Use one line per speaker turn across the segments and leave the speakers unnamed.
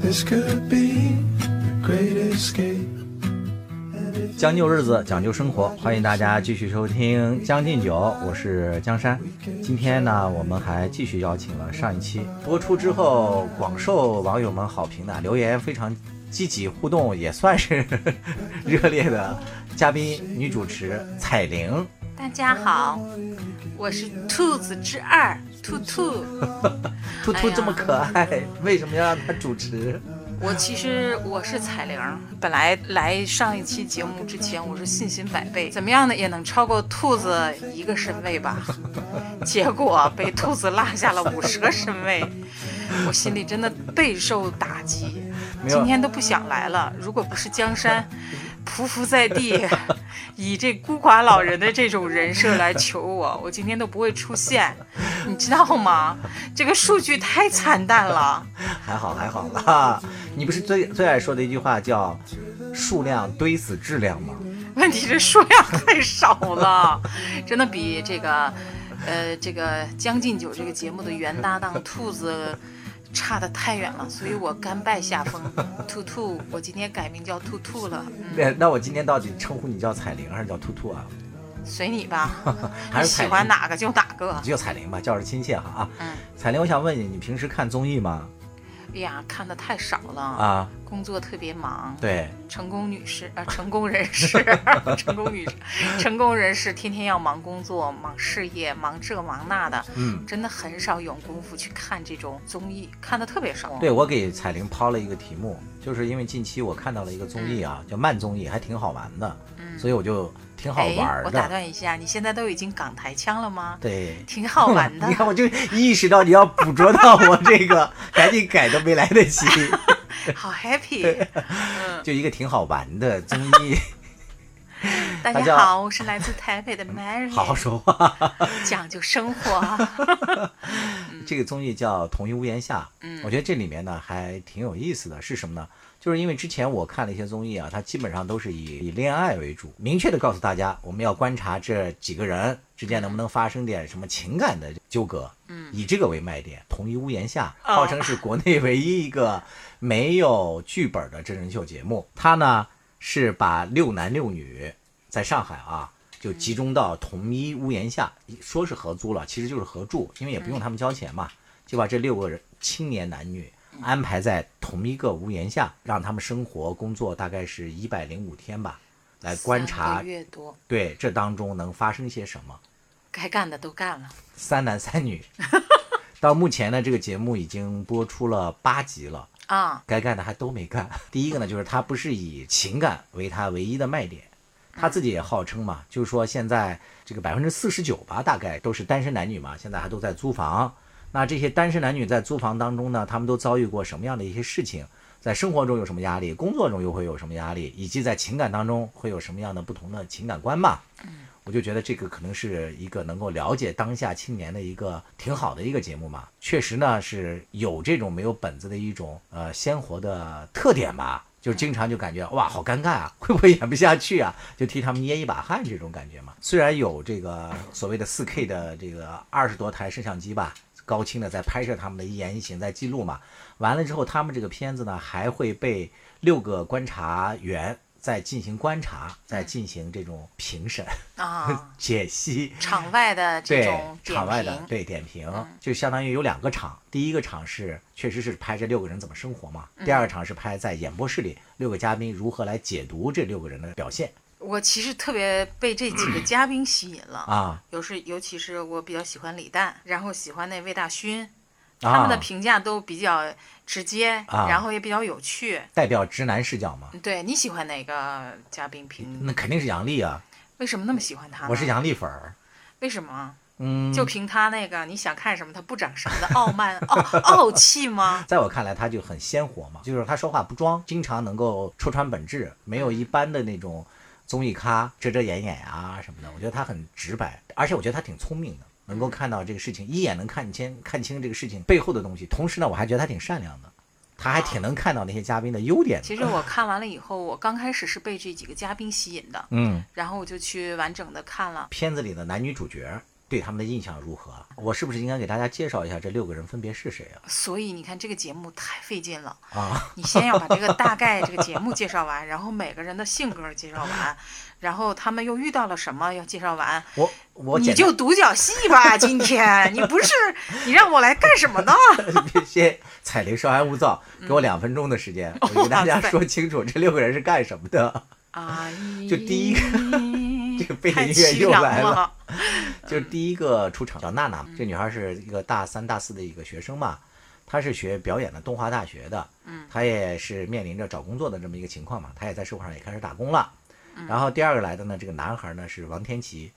This could be the great escape. And if
将就日子，讲究生活，欢迎大家继续收听《将进酒》，我是江山。今天呢，我们还继续邀请了上一期播出之后广受网友们好评的，留言非常积极互动，也算是 热烈的嘉宾女主持彩玲。
大家好，我是兔子之二兔兔。
兔兔
哎呀
这么可爱，为什么要让她主持？
我其实我是彩铃儿，本来来上一期节目之前，我是信心百倍，怎么样呢也能超过兔子一个身位吧。 结果被兔子落下了五十个身位，我心里真的备受打击。
没有
今天都不想来了，如果不是江山。匍匐在地， 以这孤寡老人的这种人设来求我，我今天都不会出现，你知道吗？这个数据太惨淡了。
还好还好啦。你不是 最最爱说的一句话叫“数量堆死质量”吗？
问题是数量太少了，真的比这个，呃，这个《将进酒》这个节目的原搭档兔子差的太远了，所以我甘拜下风。兔兔，我今天改名叫兔兔了，嗯，
那那我今天到底称呼你叫彩玲还是叫兔兔啊？
随你吧，
还
你
是彩
喜
铃
欢哪个就哪个。
就叫彩玲吧，叫着亲切哈啊。
嗯，
彩玲，我想问你，你平时看综艺吗？
哎呀，看的太少了啊，
啊，
工作特别忙。
对，
成功女士啊、成功人士， 成功女士，成功人士天天要忙工作、忙事业、忙这忙那的，
嗯，
真的很少有功夫去看这种综艺，看的特别少。
对我给彩玲抛了一个题目，就是因为近期我看到了一个综艺
嗯
啊，叫慢综艺，还挺好玩的，所以我就挺好
哎，
玩儿
我打
的。
断一下，你现在都已经港台腔了吗？
对，
挺好玩 的
你。看我就意识到你要捕捉到我这个，赶紧改都没来得及。
好 happy。嗯，
就一个挺好玩的综艺，
大
大家嗯
家好，我是来自台北的 Mary，
好好说话。
讲究生活。啊
这个综艺叫《同一屋檐下》，
嗯
我觉得这里面呢还挺有意思的，是什么呢？就是因为之前我看了一些综艺啊，它基本上都是以以恋爱为主，明确的告诉大家，我们要观察这几个人之间能不能发生点什么情感的纠葛，嗯，以这个为卖点，《同一屋檐下》
哦
号称是国内唯一一个没有剧本的真人秀节目，它呢是把六男六女在上海啊。就集中到同一屋檐下，说是合租了，其实就是合住，因为也不
嗯
用他们交钱嘛。就把这六个人青年男女
嗯
安排在同一个屋檐下，让他们生活工作大概是一百零五天吧，来 观
三
察
个月多，
对这当中能发生些什么。
该干的都干了。
三男三女， 到目前呢，这个节目已经播出了八集了。
啊，
该干的还都没干。第一个呢，就是他不是以情感为他唯一的卖点，他自己也号称嘛，就是说现在这个百分之四十九吧，大概都是单身男女嘛，现在还都在租房。那这些单身男女在租房当中呢，他们都遭遇过什么样的一些事情？在生活中有什么压力，工作中又会有什么压力，以及在情感当中会有什么样的不同的情感观吧？我就觉得这个可能是一个能够了解当下青年的一个挺好的一个节目嘛。确实呢，是有这种没有本子的一种呃鲜活的特点吧。就经常就感觉哇，好尴尬啊， 会不会演不下去啊？就替他们捏一把汗这种感觉嘛。虽然有这个所谓的4 K 的这个二十多台摄像机吧，高清的在拍摄他们的一言一行，在记录嘛。完了之后，他们这个片子呢还会被六个观察员在进行观察，在进行这种评审。，
啊
解析，
场外的这
对
种点
场外的
评，嗯
对点评，就相当于有两个场，第一个场是确实是拍这六个人怎么生活嘛，
嗯
第二个场是拍在演播室里六个嘉宾如何来解读这六个人的表现
我其实特别被这几个嘉宾吸引了。
啊
尤是尤其是我比较喜欢李诞，然后喜欢那魏大勋，他们的
啊，
评价都比较直接，
啊
然后也比较有趣。
代表直男视角嘛，
对你喜欢哪个嘉宾评？
那肯定是杨笠啊，
为什么那么喜欢他呢？
我是杨笠粉儿，
为什么？啊
嗯，
就凭他那个你想看什么他不长什么的傲慢傲傲气吗？
在我看来，他就很鲜活嘛，就是他说话不装，经常能够戳穿本质，没有一般的那种综艺咖遮遮掩掩啊什么的。我觉得他很直白，而且我觉得他挺聪明的，能够看到这个事情，一眼能看清看清这个事情背后的东西。同时呢，我还觉得他挺善良的，他还挺能看到那些嘉宾的优点的。
其实我看完了以后，我刚开始是被这几个嘉宾吸引的，
嗯，
然后我就去完整的看了。
片子里的男女主角对他们的印象如何？我是不是应该给大家介绍一下这六个人分别是谁啊？
所以你看这个节目太费劲了，
啊，
你先要把这个大概这个节目介绍完，然后每个人的性格介绍完，然后他们又遇到了什么要介绍完，
我我
你
简
就独角戏吧，今天你不是你让我来干什么呢？
单先踩雷稍安勿躁，给我两分钟的时 间，我给大家
嗯哇塞
说清楚这六个人是干什么的。
啊，
就第一个这个背景
太
音乐
凄
又
凉
来了
了，
就是第一个出场叫娜娜，这女孩是一个大三、大四的一个学生嘛，她是学表演的东华大学的，
嗯，
她也是面临着找工作的这么一个情况嘛，她也在社会上也开始打工了。
嗯
然后第二个来的呢，这个男孩呢是王天琪，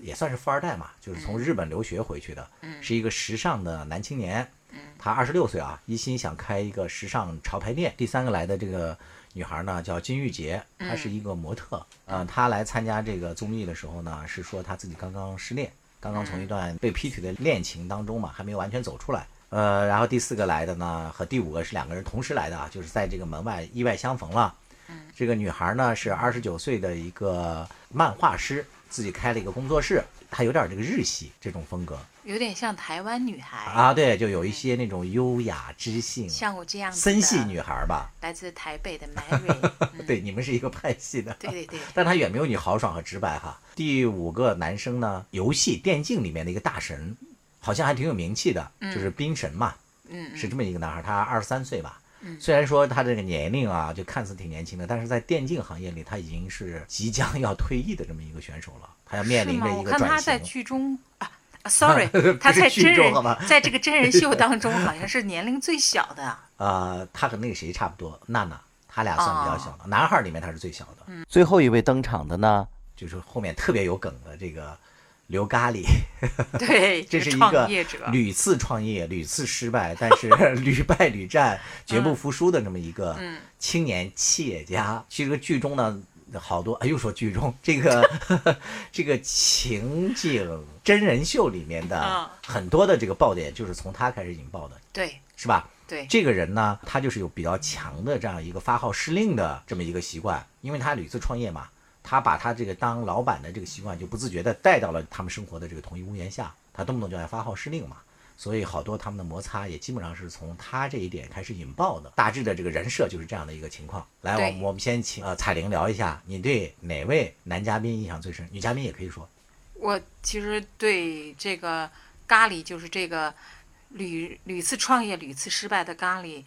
也算是富二代嘛，就是从日本留学回去的，
嗯
是一个时尚的男青年
嗯。
他二十六岁啊，一心想开一个时尚潮牌店。第三个来的这个女孩呢，叫金玉洁，
嗯
她是一个模特。呃，她来参加这个综艺的时候呢，是说她自己刚刚失恋，刚刚从
嗯
一段被劈腿的恋情当中嘛，还没有完全走出来。呃，然后第四个来的呢，和第五个是两个人同时来的啊，就是在这个门外意外相逢了。
嗯
这个女孩呢是二十九岁的一个漫画师，自己开了一个工作室，她有点这个日系这种风格
有点像台湾女孩，
啊，对，就有一些那种优雅知性、
像我这样子的
森系女孩吧。
来自台北的 Mary，嗯
对，你们是一个派系的，
对对对，
但她远没有你豪爽和直白哈。第五个男生呢，游戏电竞里面的一个大神，好像还挺有名气的，就是冰神嘛，
嗯
是
嗯，
这么一个男孩，他二十三岁吧。
嗯
虽然说他这个年龄啊，就看似挺年轻的，但是在电竞行业里，他已经是即将要退役的这么一个选手了，他要面
嗯是
临
吗？
着一
我
个
看他
转
在
型。
剧中啊。啊 Sorry，他
不是
在
剧
真
中
人
好吧
在这个真人 秀当中好像是年龄最小的，
呃，他和那个谁差不多，娜娜，他俩算比
哦
较小的，男孩里面他是最小的。
最后一位登场的呢，
就是后面特别有梗的这个刘咖喱，
对，
这
个
是一
创
个
业者，
屡次创业、屡次失败，但是 屡败屡战、绝不服输的这么一个
嗯
青年企业家。其实这个剧中呢，好多哎又说剧中这个 这个情景真人秀里面的
啊
很多的这个爆点，就是从他开始引爆的，
对
是吧？
对，
这个人呢，他就是有比较强的这样一个发号施令的这么一个习惯，因为他屡次创业嘛，他把他这个当老板的这个习惯就不自觉地带到了他们生活的这个同一屋檐下，他动不动就爱发号施令嘛，所以好多他们的摩擦也基本上是从他这一点开始引爆的。大致的这个人设就是这样的一个情况。来，我
对
们我们先请呃彩玲聊一下，你对哪位男嘉宾印象最深？女嘉宾也可以说。
我其实对这个咖喱，就是这个屡屡次创业、屡次失败的咖喱，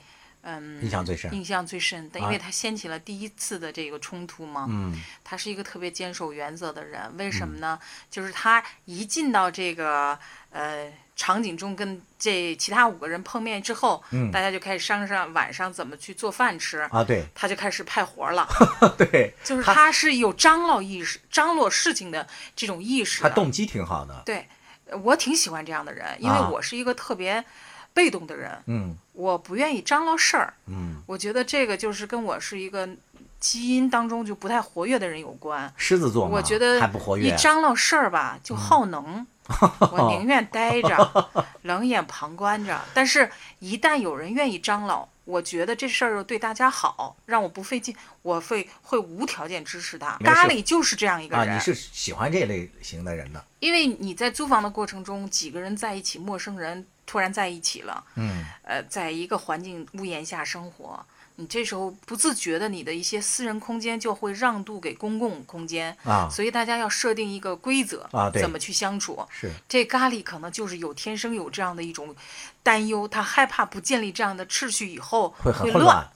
嗯，
印象最深
印象最深。但因
啊
为他掀起了第一次的这个冲突嘛，
嗯
他是一个特别坚守原则的人。为什么呢？就是他一进到这个呃场景中，跟这其他五个人碰面之后，
嗯
大家就开始商量晚上怎么去做饭吃。
啊，对
他就开始派活 了，
对，
就是
他
他是有张罗意识、张罗事情的这种意识
他
的。
动机挺好的。
对，呃我挺喜欢这样的人，因为
啊
我是一个特别被动的人，
嗯
我不愿意张罗事儿。
嗯，
我觉得这个就是跟我是一个基因当中就不太活跃的人有关。
狮子座嘛，
我觉得
还不活
一
跃。啊嗯
张罗事儿吧，就耗 能。我宁愿呆着，冷眼旁观着。但是，一旦有人愿意张罗，我觉得这事儿对大家好，让我不费劲，我会会无条件支持他。
没事
咖喱就是这样一个人。
啊，你是喜欢这类型的人的，
因为你在租房的过程中，几个人在一起，陌生人突然在一起了，
嗯，
呃，在一个环境屋檐下生活，你这时候不自觉的，你的一些私人空间就会让渡给公共空间
啊
所以大家要设定一个规则
啊对
怎么去相处。
是
这咖喱可能就是有天生有这样的一种担忧，他害怕不建立这样的秩序以后
会很混
乱，
乱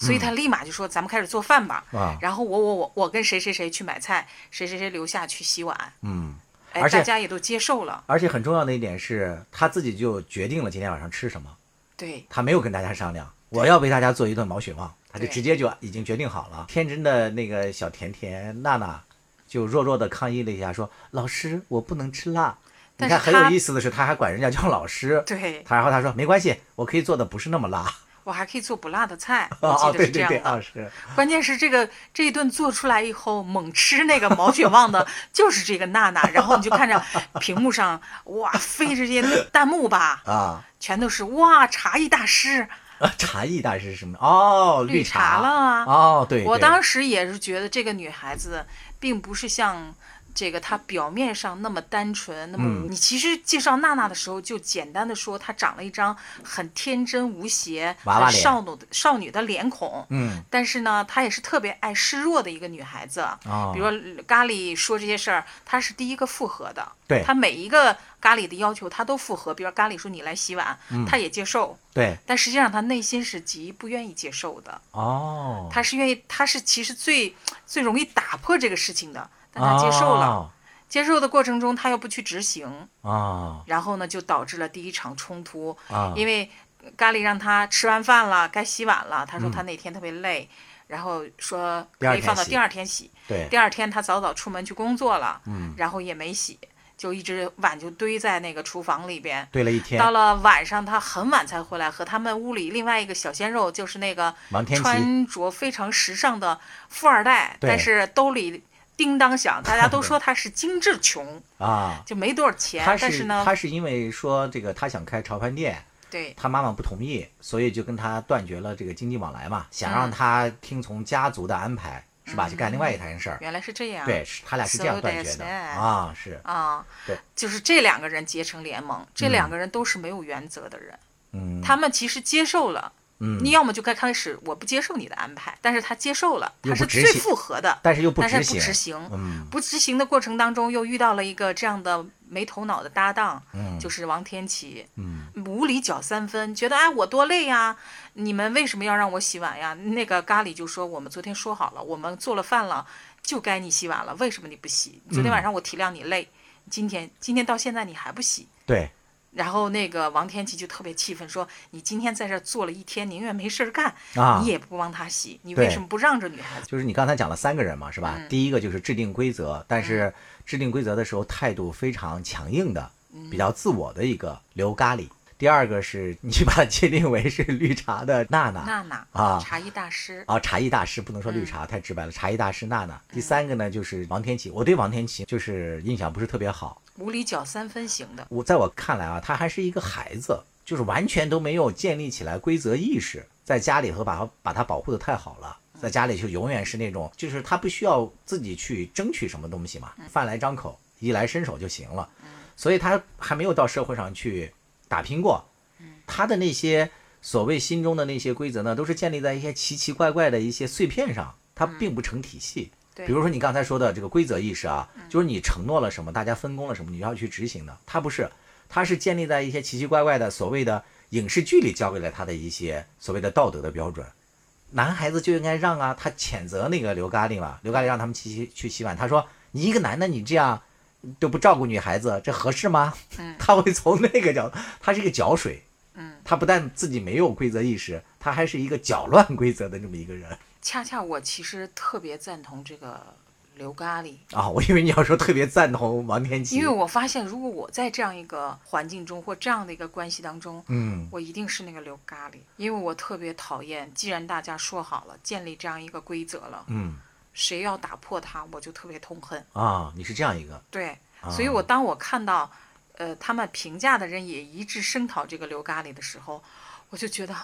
嗯
所以他立马就说：“咱们开始做饭吧。
啊，
然后我我我我跟谁谁谁去买菜，谁谁谁留下去洗碗。
嗯，
哎，
而且
大家也都接受了。
而且很重要的一点是，他自己就决定了今天晚上吃什么，
对，
他没有跟大家商量，我要为大家做一顿毛血旺，他就
对
直接就已经决定好了。天真的那个小甜甜娜娜就弱弱的抗议了一下，说：“老师，我不能吃辣。”你
但
看，
是
很有
他
意思的是，他还管人家叫老师。
对
他然后他说：“没关系，我可以做的不是那么辣。
我还可以做不辣 的菜，”我
啊，
记得
对
是这
对
样
对
的。
啊，是
关键是这个这一顿做出来以后，猛吃那个毛血 旺的就是这个娜娜，然后你就看着屏幕上哇飞这些弹幕吧，
啊
全都是哇茶艺大师
啊，茶艺大师是什么？哦，绿
茶了啊！
哦，对，
我
对
当时也是觉得这个女孩子并不是像。这个她表面上那么单纯，那
嗯
么、你其实介绍娜娜的时候，就简单的说她长了一张很天真无邪、
娃娃
很
脸
少女的少女的脸孔，
嗯，
但是呢，她也是特别爱示弱的一个女孩子。
哦
比如说咖喱说这些事儿，她是第一个附和的，
对
她每一个咖喱的要求她都附和。比如说咖喱说你来洗碗，
嗯
她也接受，
对，
但实际上她内心是极不愿意接受的。
哦，
她是愿意，她是其实最最容易打破这个事情的，但她接受
啊
了。接受的过程中，她又不去执行，
哦，哦，
然后呢，就导致了第一场冲突。
啊
因为咖喱让他吃完饭了，该洗碗了。他说他那天特别累，然后说
第二
可以
天
放到
洗
第二天洗。
对
第，二天他早早出门去工作了，
嗯
然后也没洗，就一直碗就堆在那个厨房里边。
对了一天
到，了晚上，他很晚才回来，和他们屋里另外一个小鲜肉，就是那个
王天琪
穿着非常时尚的富二代，
对
但是兜里叮当响，大家都说他是精致穷，
啊，
就没多少钱
他。
但
是
呢，
他是因为说这个他想开潮饭店，
对
他妈妈不同意，所以就跟他断绝了这个经济往来嘛，想
嗯
让他听从家族的安排，是吧？去干另外一摊事儿。
原来是这样。
对，是他俩是这样断绝
So that's
的
that
啊，是，
啊，
对，
就是这两个人结成联盟，这两个人都是没有原则的人，
嗯
他们其实接受了，
嗯
你，要么就该开始我不接受你的安排，但是他接受了，
又
他
不
是
执
最
行
符合的，
但是又不
但
执
是不
行，
执行，
嗯
不执行的过程当中又遇到了一个这样的没头脑的搭档，
嗯
就是王天琪，
嗯，
无理搅三分，觉得哎我多累呀、你们为什么要让我洗碗呀？那个咖喱就说我们昨天说好了，我们做了饭了，就该你洗碗了，为什么你不洗？昨天晚上我体谅你累，今天今天到现在你还不洗。
对，
然后那个王天琪就特别气愤，说你今天在这儿坐了一天，宁愿没事儿干，
啊
你也不帮她洗，你
对
为什么不让着女孩子？
就是你刚才讲了三个人嘛，是吧？第一个就是制定规则，但是制定规则的时候态度非常强硬的，比较自我的一个刘咖喱。第二个是你把它界定为是绿茶的娜娜
娜娜
啊
茶艺大师，
啊，茶艺大师不能说绿茶、太直白了，茶艺大师娜娜。第三个呢就是王天琪，我对王天琪就是印象不是特别好，
无理搅三分型的，
我在我看来啊，他还是一个孩子，就是完全都没有建立起来规则意识，在家里和把他把他保护的太好了。在家里就永远是那种，就是他不需要自己去争取什么东西嘛，饭来张口，衣来伸手就行了，所以他还没有到社会上去打拼过。他的那些所谓心中的那些规则呢，都是建立在一些奇奇怪怪的一些碎片上，它并不成体系。
对
比如说你刚才说的这个规则意识啊，就是你承诺了什么，大家分工了什么，你要去执行的。它不是，它是建立在一些奇奇怪怪的所谓的影视剧里教给了他的一些所谓的道德的标准。男孩子就应该让啊，他谴责那个刘咖喱嘛，刘咖喱让他们去洗去洗碗，他说你一个男的你这样都不照顾女孩子，这合适吗？他会从那个角度，他是一个搅水，他不但自己没有规则意识，他还是一个搅乱规则的这么一个人
恰恰我其实特别赞同这个刘咖喱，
啊！我以为你要说特别赞同王天琪，
因为我发现如果我在这样一个环境中或这样的一个关系当中，
嗯
我一定是那个刘咖喱，因为我特别讨厌，既然大家说好了，建立这样一个规则了，
嗯
谁要打破它，我就特别痛恨。
啊，你是这样一个
对，
啊
所以我当我看到，呃，他们评价的人也一致声讨这个刘咖喱的时候，我就觉得，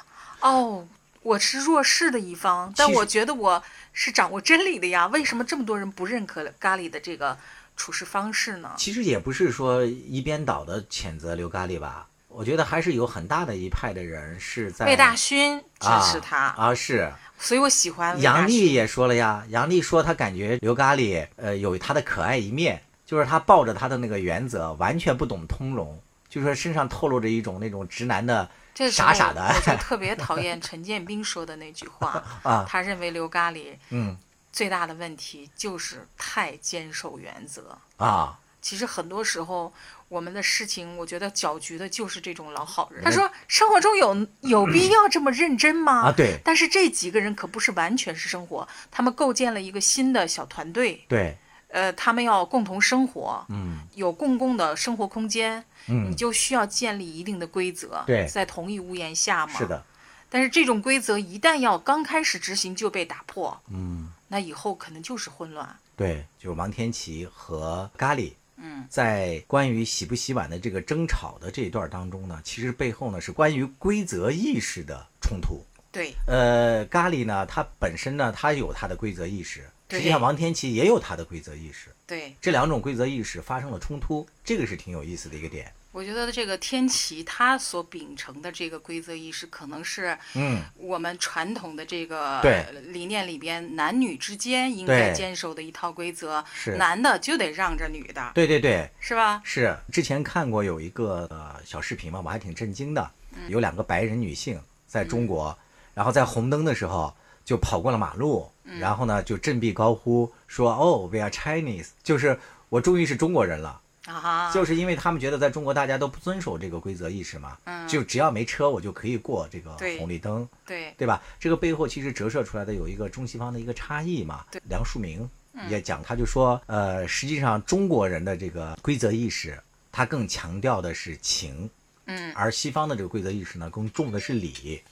哦，我是弱势的一方，但
其实
我觉得我是掌握真理的呀，为什么这么多人不认可咖喱的这个处事方式呢？
其实也不是说一边倒的谴责刘咖喱吧，我觉得还是有很大的一派的人是在
魏大勋支
啊
持他，
啊，是
所以我喜欢魏大
杨
勋。
笠也说了呀，杨笠说他感觉刘咖喱呃有他的可爱一面，就是他抱着他的那个原则，完全不懂通融，就说身上透露着一种那种直男的
这时候
傻傻的
我就特别讨厌陈建斌说的那句话
啊
他认为刘咖喱
嗯
最大的问题就是太坚守原则。
啊。
其实很多时候，我们的事情，我觉得搅局的就是这种老好人。他说，生活中有有 必要这么认真吗？
啊对
但是这几个人可不是完全是生活，他们构建了一个新的小团队，
对，
呃，他们要共同生活，
嗯，
有共共的生活空间，
嗯
你就需要建立一定的规则，
对
在同一屋檐下嘛。
是的，
但是这种规则一旦要刚开始执行就被打破，嗯，那以后可能就是混乱。
对，就是王天琪和咖喱，
嗯，
在关于洗不洗碗的这个争吵的这一段当中呢，其实背后呢是关于规则意识的冲突。
对，
呃，咖喱呢，它本身呢，它有它的规则意识，
对
实际上王天琪也有他的规则意识，
对，
这两种规则意识发生了冲突，这个是挺有意思的一个点。
我觉得这个天启他所秉承的这个规则意识，可能是
嗯，
我们传统的这个
对
理念里边，男女之间应该
对
坚守的一套规则，
是
男的就得让着女的，
对对对，
是吧？
是之前看过有一个呃小视频嘛，我还挺震惊的，
嗯
有两个白人女性在中国，然后在红灯的时候就跑过了马路，
嗯
然后呢就振臂高呼说：“哦，we are Chinese，就是我终于是中国人了。”
啊哈，
就是因为他们觉得在中国大家都不遵守这个规则意识嘛，
嗯
就只要没车我就可以过这个
对
红绿灯，
对，
对吧？这个背后其实折射出来的有一个中西方的一个差异嘛。梁漱溟
嗯
也讲，他就说，呃，实际上中国人的这个规则意识，他更强调的是情，
嗯，
而西方的这个规则意识呢，更重的是理。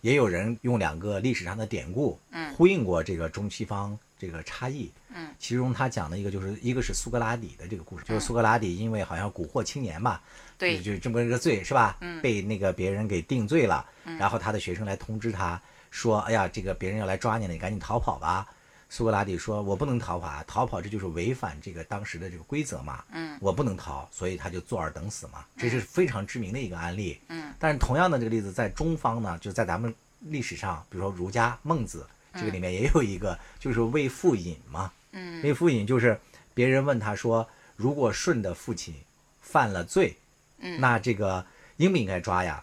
也有人用两个历史上的典故，
嗯
呼应过这个中西方这个差异，
嗯，
其中他讲的一个就是一个是苏格拉底的这个故事，就是苏格拉底因为好像蛊惑青年嘛，
对
就就这么一个罪是吧？
嗯
被那个别人给定罪了，然后他的学生来通知他说，哎呀，这个别人要来抓你了，你赶紧逃跑吧。苏格拉底说：“我不能逃跑啊，逃跑这就是违反这个当时的这个规则嘛。
嗯，
我不能逃，所以他就坐而等死嘛。这是非常知名的一个案例。
嗯，
但是同样的这个例子，在中方呢，就在咱们历史上，比如说儒家、孟子这个里面也有一个，就是为父隐嘛。
嗯，
为父隐就是别人问他说，如果舜的父亲犯了罪，
嗯
那这个应不应该抓呀？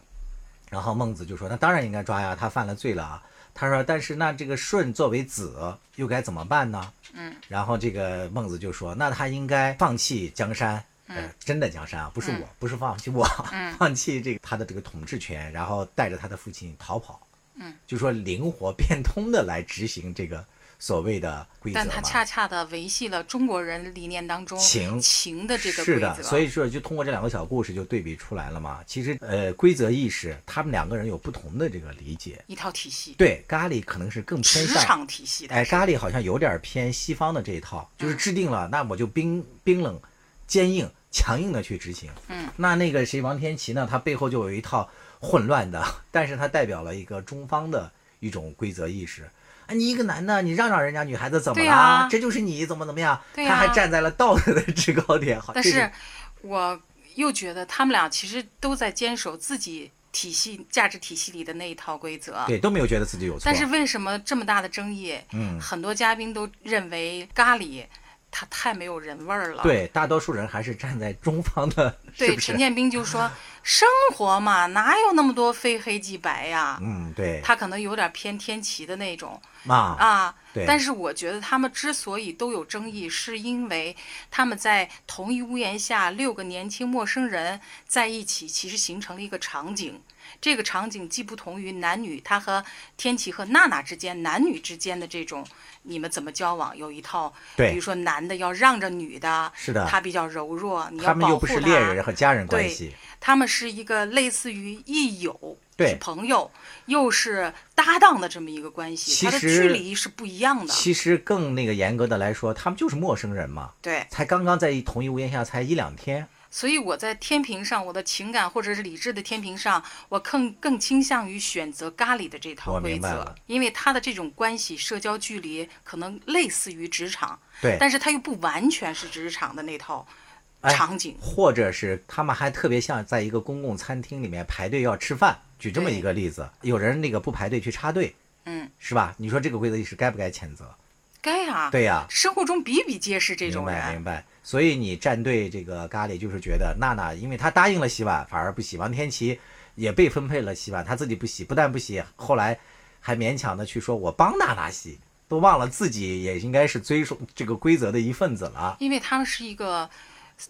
然后孟子就说：“那当然应该抓呀，他犯了罪了啊。”他说：“但是那这个舜作为子，又该怎么办呢？”
嗯。
然后这个孟子就说：“那他应该放弃江山，呃，真的江山啊，不是我，
嗯
不是放弃我，
嗯
放弃这个他的这个统治权，然后带着他的父亲逃跑。”
嗯，
就说灵活变通的来执行这个所谓的规则嘛。
但他恰恰的维系了中国人理念当中
情
情的这个
是
规则，
的，所以说就通过这两个小故事就对比出来了嘛。其实呃，规则意识，他们两个人有不同的这个理解。
一套体系，
对，咖喱可能是更偏
职
向，
场体系的，
哎，咖喱好像有点偏西方的这一套，
嗯
就是制定了，那我就冰冰冷、坚硬、强硬的去执行。
嗯，
那那个谁，王天琪呢？他背后就有一套混乱的， 但是他代表了一个中方的一种规则意识。啊，你一个男的，你让让人家女孩子怎么
对
啦？
呀
这就是你怎么怎么样？
对
他还
呀
站在了道德的制高点，好，
但
这
是我又觉得他们俩其实都在坚守自己体系价值体系里的那一套规则。
对，都没有觉得自己有错。
但是为什么这么大的争议？
嗯，
很多嘉宾都认为咖喱它太没有人味儿了。
对，大多数人还是站在中方的，
对，
是不
陈
是？
建斌 就说：“生活嘛，哪有那么多非黑即白呀？”
嗯，对，
他可能有点偏天齐的那种
嘛，
啊。
对
但是我觉得他们之所以都有争议，是因为他们在同一屋檐下，六个年轻陌生人在一起，其实形成了一个场景。这个场景既不同于男女，他和天琪和娜娜之间，男女之间的这种你们怎么交往，有一套，
对
比如说男的要让着女的，
是的
他比较柔弱，你要
他们
保
又
护
不
他。
是恋人和家人关
对
系，
他们是一个类似于益友，
对
是朋友，又是搭档的这么一个关系，
其
它的
实
距离是不一样的。
其实更那个严格的来说，他们就是陌生人嘛，
对，
才刚刚在一同一屋檐下才一两天。
所以我在天平上，我的情感或者是理智的天平上，我更更倾向于选择咖喱的这套
我
规
明白
则
了，
因为他的这种关系、社交距离可能类似于职场，
对，
但是他又不完全是职场的那套
哎
场景。
或者是他们还特别像在一个公共餐厅里面排队要吃饭。举这么
对
一个例子，有人那个不排队去插队，
嗯，
是吧？你说这个规则意识该不该谴责？
该啊，
对呀、
生活中比比皆是这种
明白
人。
明白。所以你站队这个咖喱，就是觉得娜娜，因为她答应了洗碗，反而不洗。王天琪也被分配了洗碗，她自己不洗，不但不洗，后来还勉强的去说我帮娜娜洗，都忘了自己也应该是遵守这个规则的一份子了。啊
因为他们是一个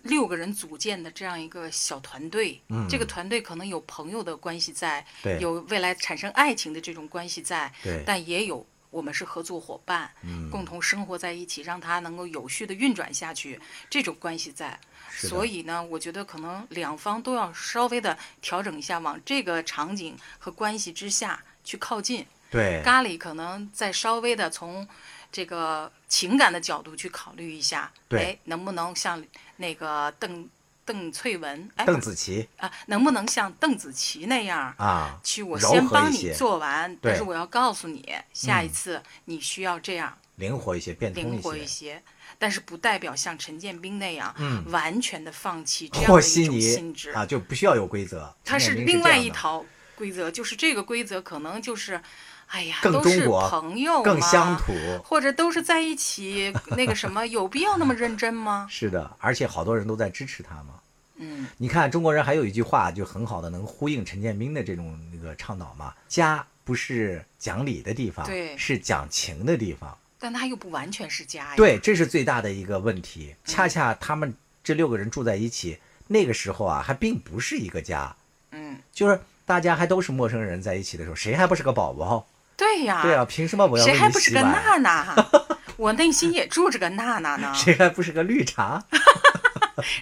六个人组建的这样一个小团队，
嗯
这个团队可能有朋友的关系在，
对
有未来产生爱情的这种关系在，
对嗯
但也有我们是合作伙伴，共同生活在一起，让它能够有序的运转下去，这种关系在。
是的
所以呢，我觉得可能两方都要稍微的调整一下，往这个场景和关系之下去靠近。
对，
咖喱可能再稍微的从这个情感的角度去考虑一下，
对
哎，能不能像那个邓邓萃雯，哎，
邓紫棋
啊，能不能像邓紫棋那样
啊，
去我
柔
先
和
帮
一
你
些，
做完，
对
但是我要告诉你，下一次你需要这样
灵活一些，变通
灵活
一
一
些。
些。但是不代表像陈建斌那样、
嗯
完全的放弃这样
和
的一
稀
种
泥
心智，
啊，就不需要有规则，
它
陈
是
建斌
另
这
外
样
一
的，
套规则，就是这个规则可能就是，哎呀，
更
都
中
是
国
朋友啊
更
嘛
乡土。
或者都是在一起那个什么，有必要那么认 真吗？
是的，而且好多人都在支持他嘛。
嗯，
你看中国人还有一句话，就很好的能呼应陈建斌的这种那个倡导嘛：家不是讲理的地方，
对
是讲情的地方。
但他又不完全是哎家呀。，
对，这是最大的一个问题。恰恰他们这六个人住在一起，那个时候啊，还并不是一个家，
嗯，
就是大家还都是陌生人在一起的时候，谁还不是个宝宝？
对呀，
对啊，凭什么我要为
谁
你
还不是
洗
个啊
碗啊
娜娜？ 我内心也住着个娜娜呢，
谁还不是个绿茶？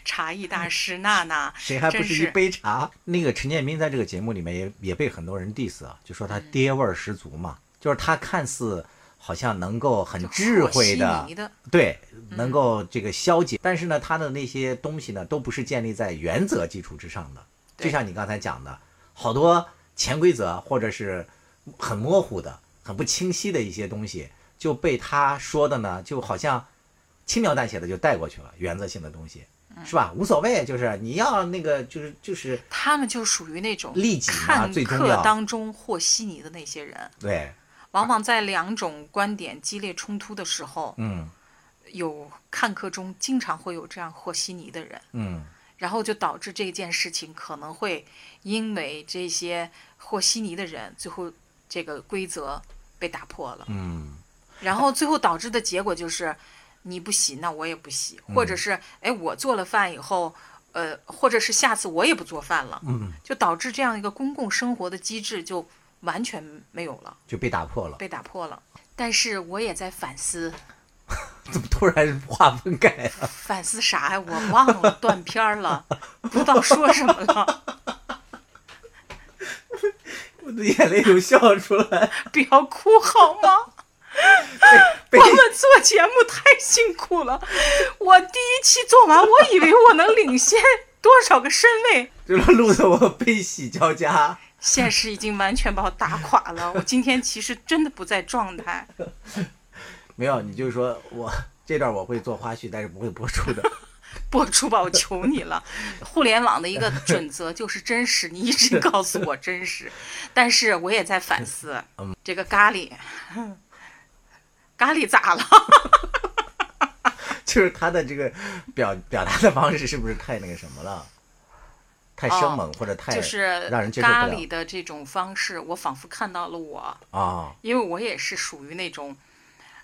茶艺大师娜娜。
谁还不
真
是一
是
杯茶？那个陈建斌在这个节目里面也也被很多人 diss 啊，就
嗯
说他爹味儿十足嘛，就是他看似好像能够很
就
智
和
慧
稀
的
泥，的，
对，能够这个消解，但是呢，他的那些东西呢，都不是建立在原则基础之上的。
对
就像你刚才讲的，好多潜规则或者是很模糊的、很不清晰的一些东西，就被他说的呢，就好像轻描淡写的就带过去了，原则性的东西。
嗯
是吧？无所谓，就是你要那个，就是就是
他们就属于那种
利己嘛
看
最重
客
要
当中和稀泥的那些人，
对，
往往在两种观点激烈冲突的时候，
嗯
有看客中经常会有这样和稀泥的人。
嗯，
然后就导致这件事情可能会因为这些和稀泥的人，最后这个规则被打破了。嗯，然后最后导致的结果就是你不洗，那我也不洗，或者是哎我做了饭以后，呃，或者是下次我也不做饭了。嗯，就导致这样一个公共生活的机制就完全没有了，
就被打破了。
被打破了。但是我也在反思，
怎么突然话分开啊？
反思啥呀？我忘了，断片儿了，不知道说什么了。
我的眼泪都笑出来。
不要哭好吗？
被
我们做节目太辛苦了，我第一期做完，我以为我能领先多少个身位，
就是录的我悲喜交加。
现实已经完全把我打垮了。我今天其实真的不在状态，
没有，你就说我这段我会做花絮，但是不会播出的。
播出吧，我求你了。互联网的一个准则就是真实，你一直告诉我真实，但是我也在反思，
嗯
这个咖喱，咖喱咋了？
就是他的这个表表达的方式是不是太那个什么了？太生猛、或者太
哦就是
让人接受不
咖
了
喱的这种方式，我仿佛看到了我。
啊？
因为我也是属于那种，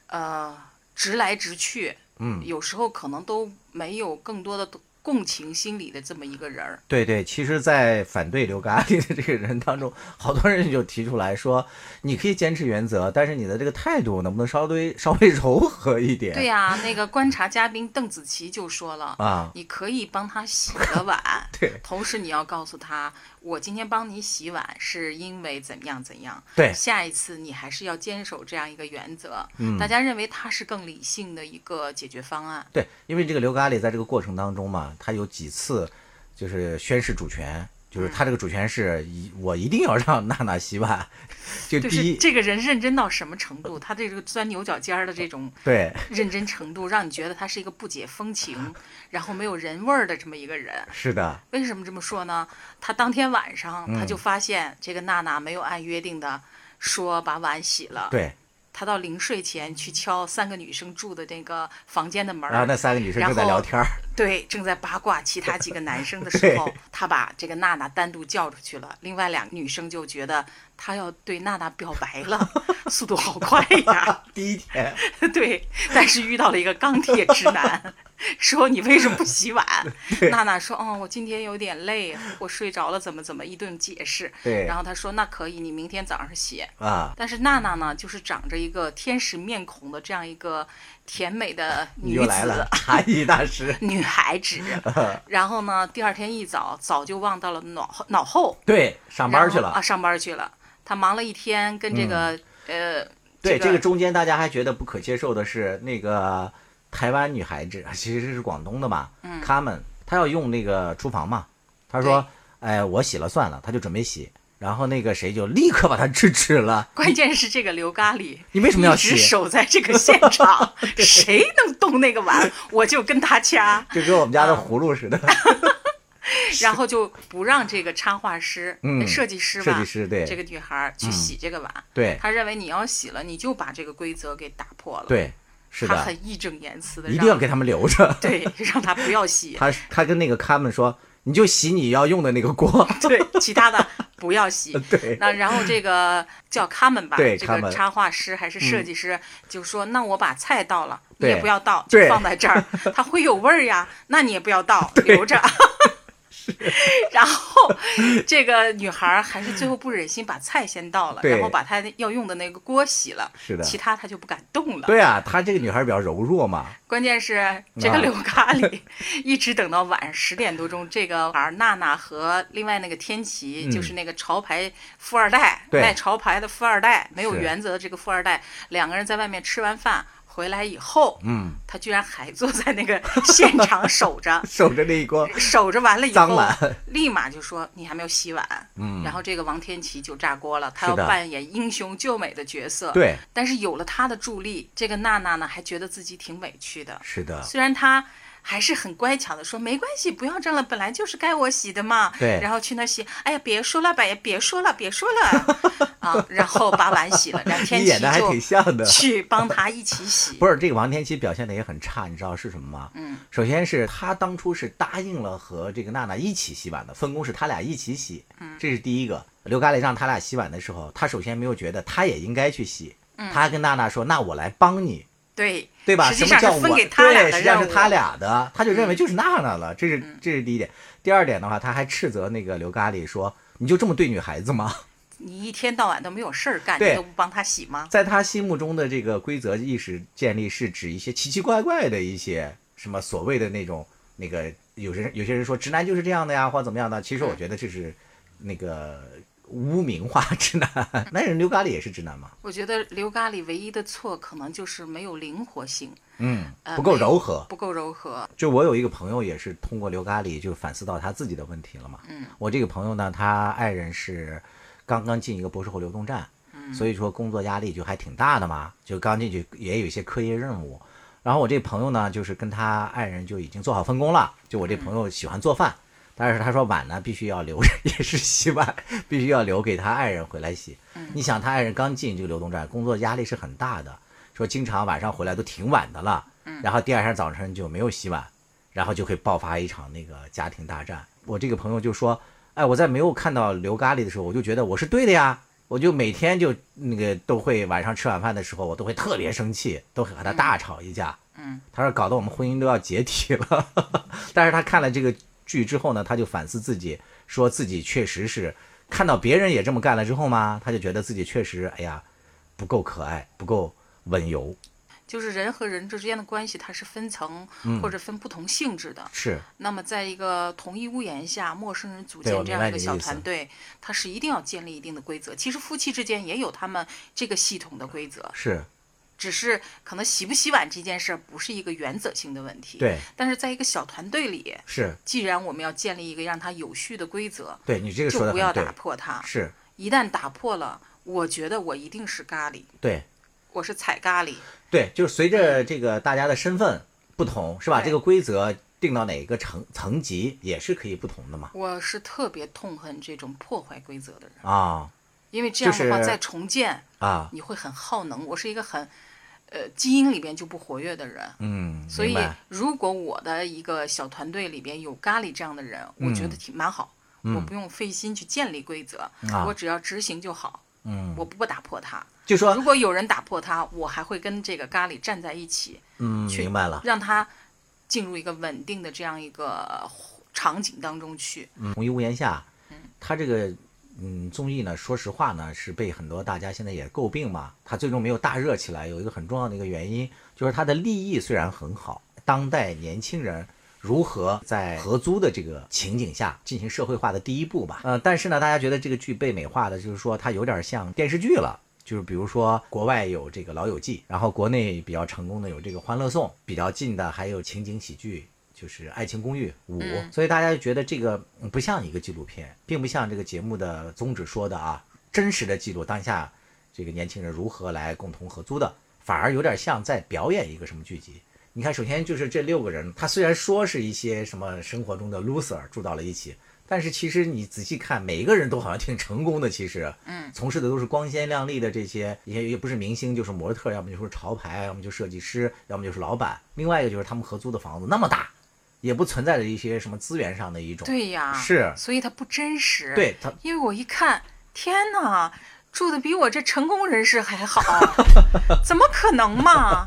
呃，直来直去，
嗯，
有时候可能都没有更多的共情心理的这么一个人儿。
对对，其实，在反对刘咖喱的这个人当中，好多人就提出来说，你可以坚持原则，但是你的这个态度能不能稍微稍微柔和一点？
对呀、那个观察嘉宾邓紫棋就说了。
啊，，
你可以帮他洗个碗
对
同时你要告诉他，我今天帮你洗碗是因为怎么样怎样，
对
下一次你还是要坚守这样一个原则。嗯，大家认为它是更理性的一个解决方案。
对，因为这个刘咖喱在这个过程当中嘛，他有几次就是宣誓主权，就是他这个主权是一我一定要让娜娜洗碗，就
就
第
是
一
这个人认真到什么程度，他这个钻牛角尖儿的这种
对
认真程度，让你觉得他是一个不解风 情，然后没有人味儿的这么一个人。
是的，
为什么这么说呢？他当天晚上他
嗯
就发现这个娜娜没有按约定的说把碗洗了，
对，
他到临睡前去敲三个女生住的那个房间的门
然后
儿，
啊那三个女生
然
正在
后
聊天儿，
对，正在八卦其他几个男生的时候，他把这个娜娜单独叫出去了。另外两个女生就觉得他要对娜娜表白了，速度好快呀。
第一天，
对，但是遇到了一个钢铁直男，说你为什么不洗 碗？娜娜说，哦，我今天有点累，我睡着了，怎么怎么一顿解释。
对
然后他说那可以，你明天早上洗。
啊，
但是娜娜呢，就是长着一个天使面孔的这样一个甜美的
你
女
又来
子，
了，茶艺大 师，
女孩 子。然后呢，第二天一早早就忘到了脑后脑后，
对，上班
然
儿
后
去了
啊，。上班儿去了。他忙了一天，跟这个、呃，
嗯对，
这
这个中间大家还觉得不可接受的是，那个台湾女孩子其实是广东的嘛，嗯，他们他要用那个厨房嘛，他说，哎，我洗了算了，他就准备洗，然后那个谁就立刻把他制止了，
关键是这个刘咖喱，
你为什么要
一直
洗
守在这个现 场？谁能动那个碗，我就跟 他掐，
就跟我们家
嗯
的葫芦似 的。
然后就不让这个插画师、哎
嗯
设计师
设
吧，
计师对嗯
这个女孩儿去洗这个碗。
对
他认为你要洗了，你就把这个规则给打破了。，
对，是
他
的，
很义正言辞的，
一定要给他们留着。
对，让他不要洗，
他他跟那个他们说，你就洗你要用的那个 锅。
对，其他的不要洗。
对，
那然后这个叫他们吧，
对
这
他们
个插画师还是设计师，就说：“那我把菜倒了，你
对
也不要倒，就
对
放在这儿，它会有味儿呀。那你也不要倒，留着。” 然后这个女孩儿还是最后不忍心把菜先倒了，
对
然后把她要用的那个锅洗了，
是的
其他她就不敢动了。
对啊，她这个女孩比较柔弱嘛，
关键
啊
是这个柳咖喱，一直等到晚上十点多钟，这个儿娜娜和另外那个天琪，
嗯
就是那个潮牌富二代，
对
卖潮牌的富二代，没有
是
原则的这个富二代，两个人在外面吃完饭回来以后，
嗯，
他居然还坐在那个现场守 着。
守着那一 锅。
守着完了以
脏
后
碗，
立马就说你还没有洗碗。嗯，然后这个王天琪就炸锅了，他要
是的
扮演英雄救美的角色。，
对，
但是有了他的助力，这个娜娜呢还觉得自己挺委屈的。
是的，
虽然他还是很乖巧的说没关系，不要争了，本来就是该我洗的嘛。
对
然后去那洗，哎呀，别说了吧，也别说了，别说 了啊，然后把碗洗了，然后天
你
琪
演的还挺
就
像的。
去帮他一起洗。
不是这个王天琪表现的也很差，你知道是什么吗？嗯，首先是他当初是答应了和这个娜娜一起洗碗的，分工是他俩一起洗，嗯，这是第一个。刘咖喱让他俩洗碗的时候，他首先没有觉得他也应该去洗，嗯、他还跟娜娜说：“那我来帮你。”
对
对吧？
实
什
际
么
上
叫
是
我？
分给他俩
对，
的
实际上
任
是
务。嗯
他俩的，他就认为就是娜娜了，这是这是第一点。第二点的话，他还斥责那个刘咖喱说：“你就这么对女孩子吗
你一天到晚都没有事儿干，
对
你都不帮他洗吗？”？
在他心目中的这个规则意识建立是指一些奇奇怪怪的一些什么所谓的那种那个，有人有些人说直男就是这样的呀，或者怎么样的。其实我觉得这是那个污名化直男。 那人刘咖喱也是直男嘛？
我觉得刘咖喱唯一的错可能就是没有灵活性，
嗯，
呃
不够
没有
柔和。
不够柔和。
就我有一个朋友也是通过刘咖喱就反思到他自己的问题了嘛。
嗯，
我这个朋友呢，他爱人是刚刚进一个博士后流动站，所以说工作压力就还挺大的嘛，就刚进去也有一些课业任务。然后我这朋友呢，就是跟他爱人就已经做好分工了。就我这朋友喜欢做饭，但是他说碗呢必须要留着，也是洗碗必须要留给他爱人回来洗。你想他爱人刚进这个流动站，工作压力是很大的，说经常晚上回来都挺晚的了，然后第二天早晨就没有洗碗，然后就会爆发一场那个家庭大战。我这个朋友就说：“哎，我在没有看到刘咖喱的时候，我就觉得我是对的呀，我就每天就那个都会晚上吃晚饭的时候，我都会特别生气，都会和他大吵一架。”
嗯，
他说搞得我们婚姻都要解体了。 但是他看了这个剧之后呢，他就反思自己，说自己确实是看到别人也这么干了之后嘛，他就觉得自己确实哎呀不够可爱，不够温柔，
就是人和人之间的关系，它是分层
嗯
或者分不同性质的。
是
那么，在一个同一屋檐下，陌生人组
对我
建这样
明白
一个
你的
小
意思
团队，它是一定要建立一定的规则。其实夫妻之间也有他们这个系统的规则，
是，
只是可能洗不洗碗这件事儿不是一个原则性的问题。
对，
但是在一个小团队里，
是。
既然我们要建立一个让它有序的规则，
对你这个
就
说的
不要
很对
打，破它。
是
一旦打破了，我觉得我一定是咖喱，
对
我是踩咖喱。
对，就是随着这个大家的身份不同，是吧？
对
这个规则定到哪一个层层级也是可以不同的嘛。
我是特别痛恨这种破坏规则的人。
啊
因为这样的
就
话，
是
再重建
啊，
你会很耗能。我是一个很，呃，基因里边就不活跃的人，
嗯，
所以
明白
如果我的一个小团队里边有咖喱这样的人，我
嗯
觉得挺蛮好。我不用费心去建立规则，
啊
我只要执行就好。
嗯，
我不打破它。
就说
如果有人打破它，我还会跟这个咖喱站在一起，
嗯，
去
明白了。
让它进入一个稳定的这样一个呃场景当中去。
嗯同一屋檐下，他这个嗯综艺呢，说实话呢，是被很多大家现在也诟病嘛。他最终没有大热起来，有一个很重要的一个原因，就是他的立意虽然很好，当代年轻人。如何在合租的这个情景下进行社会化的第一步吧？呃，但是呢，大家觉得这个剧被美化的，就是说它有点像电视剧了，就是比如说国外有这个《老友记》，然后国内比较成功的有这个《欢乐颂》，比较近的还有情景喜剧，就就是《爱情公寓五》
嗯
所以大家就觉得这个嗯不像一个纪录片，并不像这个节目的宗旨说的啊，真实的记录当下这个年轻人如何来共同合租的，反而有点像在表演一个什么剧集。你看，首先就是这六个人，他虽然说是一些什么生活中的 loser 住到了一起，但是其实你仔细看，每一个人都好像挺成功的。其实，
嗯，
从事的都是光鲜亮丽的这些，也也不是明星就是模特，要么就是潮牌，要么就设计师，要么就是老板。另外一个就是他们合租的房子那么大，也不存在着一些什么资源上的一种。
对呀，
是
所以它不真实。，
对他，
因为我一看，天哪，住的比我这成功人士 还好，怎么可能嘛？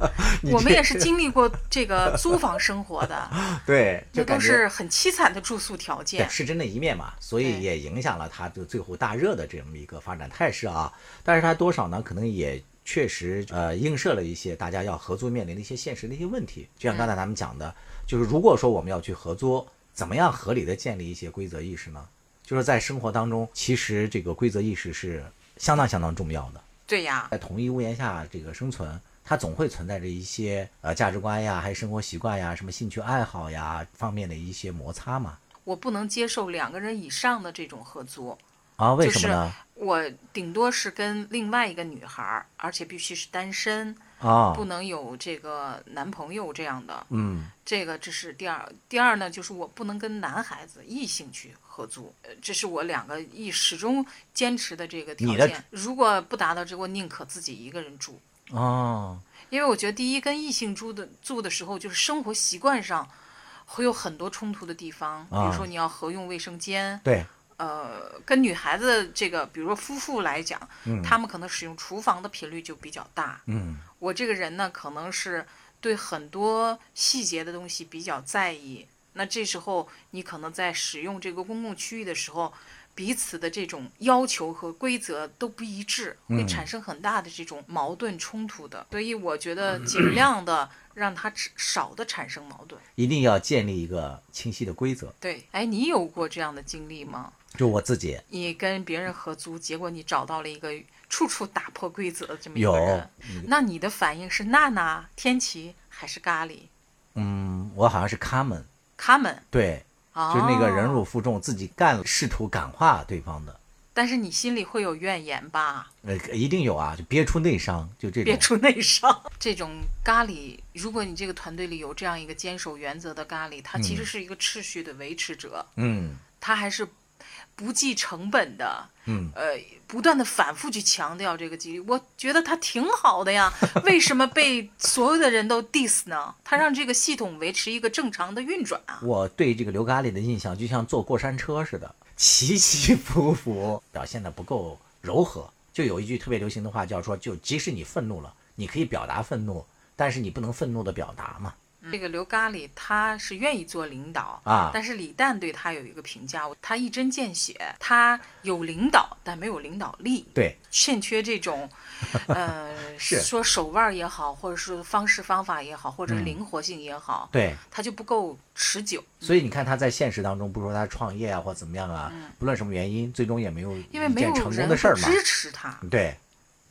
我们也是经历过这个租房生活的，
对， 就
那
感
都
觉
是很凄惨的住宿条
对，
件。
是真的一面嘛，所
对
以也影响了它就最后大热的这么一个发展态势啊。但是它多少呢，可能也确实呃映射了一些大家要合租面临的一些现实的一些问题。就像刚才
嗯
咱们讲的，就是如果说我们要去合租，怎么样合理的建立一些规则意识呢？就是在生活当中，其实这个规则意识是相当相当重要的。
对呀，
在同一屋檐下这个生存，它总会存在着一些呃价值观呀，还有生活习惯呀，什么兴趣爱好呀方面的一些摩擦嘛。
我不能接受两个人以上的这种合租。
啊，为
就是
什么呢？
我顶多是跟另外一个女孩儿，而且必须是单身，
啊，
不能有这个男朋友这样的。
嗯，
这个这是第二，第二呢，就是我不能跟男孩子异性去合租，呃，这是我两个一始终坚持的这个条
你的
件。如果不达到这个，我宁可自己一个人住，
哦，
因为我觉得第一跟异性住的住的时候，就是生活习惯上会有很多冲突的地方，比如
啊
说你要合用卫生间，
对，
呃，跟女孩子这个，比如说夫妇来讲，
嗯
他们可能使用厨房的频率就比较大，
嗯
我这个人呢，可能是对很多细节的东西比较在意。那这时候，你可能在使用这个公共区域的时候，彼此的这种要求和规则都不一致，会
嗯
产生很大的这种矛盾冲突的。所以，我觉得尽量的让它只少的产生矛盾。
一定要建立一个清晰的规则。
对，哎，你有过这样的经历吗？
就我自己
你跟别人合租，结果你找到了一个处处打破规则的这么一
有嗯
个人，，那你的反应是娜娜、天琪还是咖喱？
嗯，我好像是他们，
他们
对，
啊，
就是那个忍辱负重，自己干，试图感化对方的，
但是你心里会有怨言吧？
呃，一定有啊，就憋出内伤，就这
别
种。
出内伤。这种咖喱，如果你这个团队里有这样一个坚守原则的咖喱，他其实是一个秩序的维持者，
嗯
他还是不计成本的，
嗯，
呃，不断的反复去强调这个纪律。我觉得他挺好的呀，为什么被所有的人都 diss 呢？他让这个系统维持一个正常的运转啊。
我对这个刘咖喱的印象就像坐过山车似的，起起伏伏，表现的不够柔和。就有一句特别流行的话叫说，就即使你愤怒了，你可以表达愤怒，但是你不能愤怒的表达嘛。
这个刘咖喱他是愿意做领导
啊
但是李诞对他有一个评价，他一针见血，他有领导但没有领导力，
对，
欠缺 这种，呃，
是
说手腕儿也好，或者是方式方法也好，或者灵活性也好，
嗯对，
他就不够持久。
所以你看他在现实当中，不说他创业啊或怎么样啊，不论什么原因，最终也没有
嗯因为
一
没有
件成功
人会
的事儿嘛。
支持他，
对，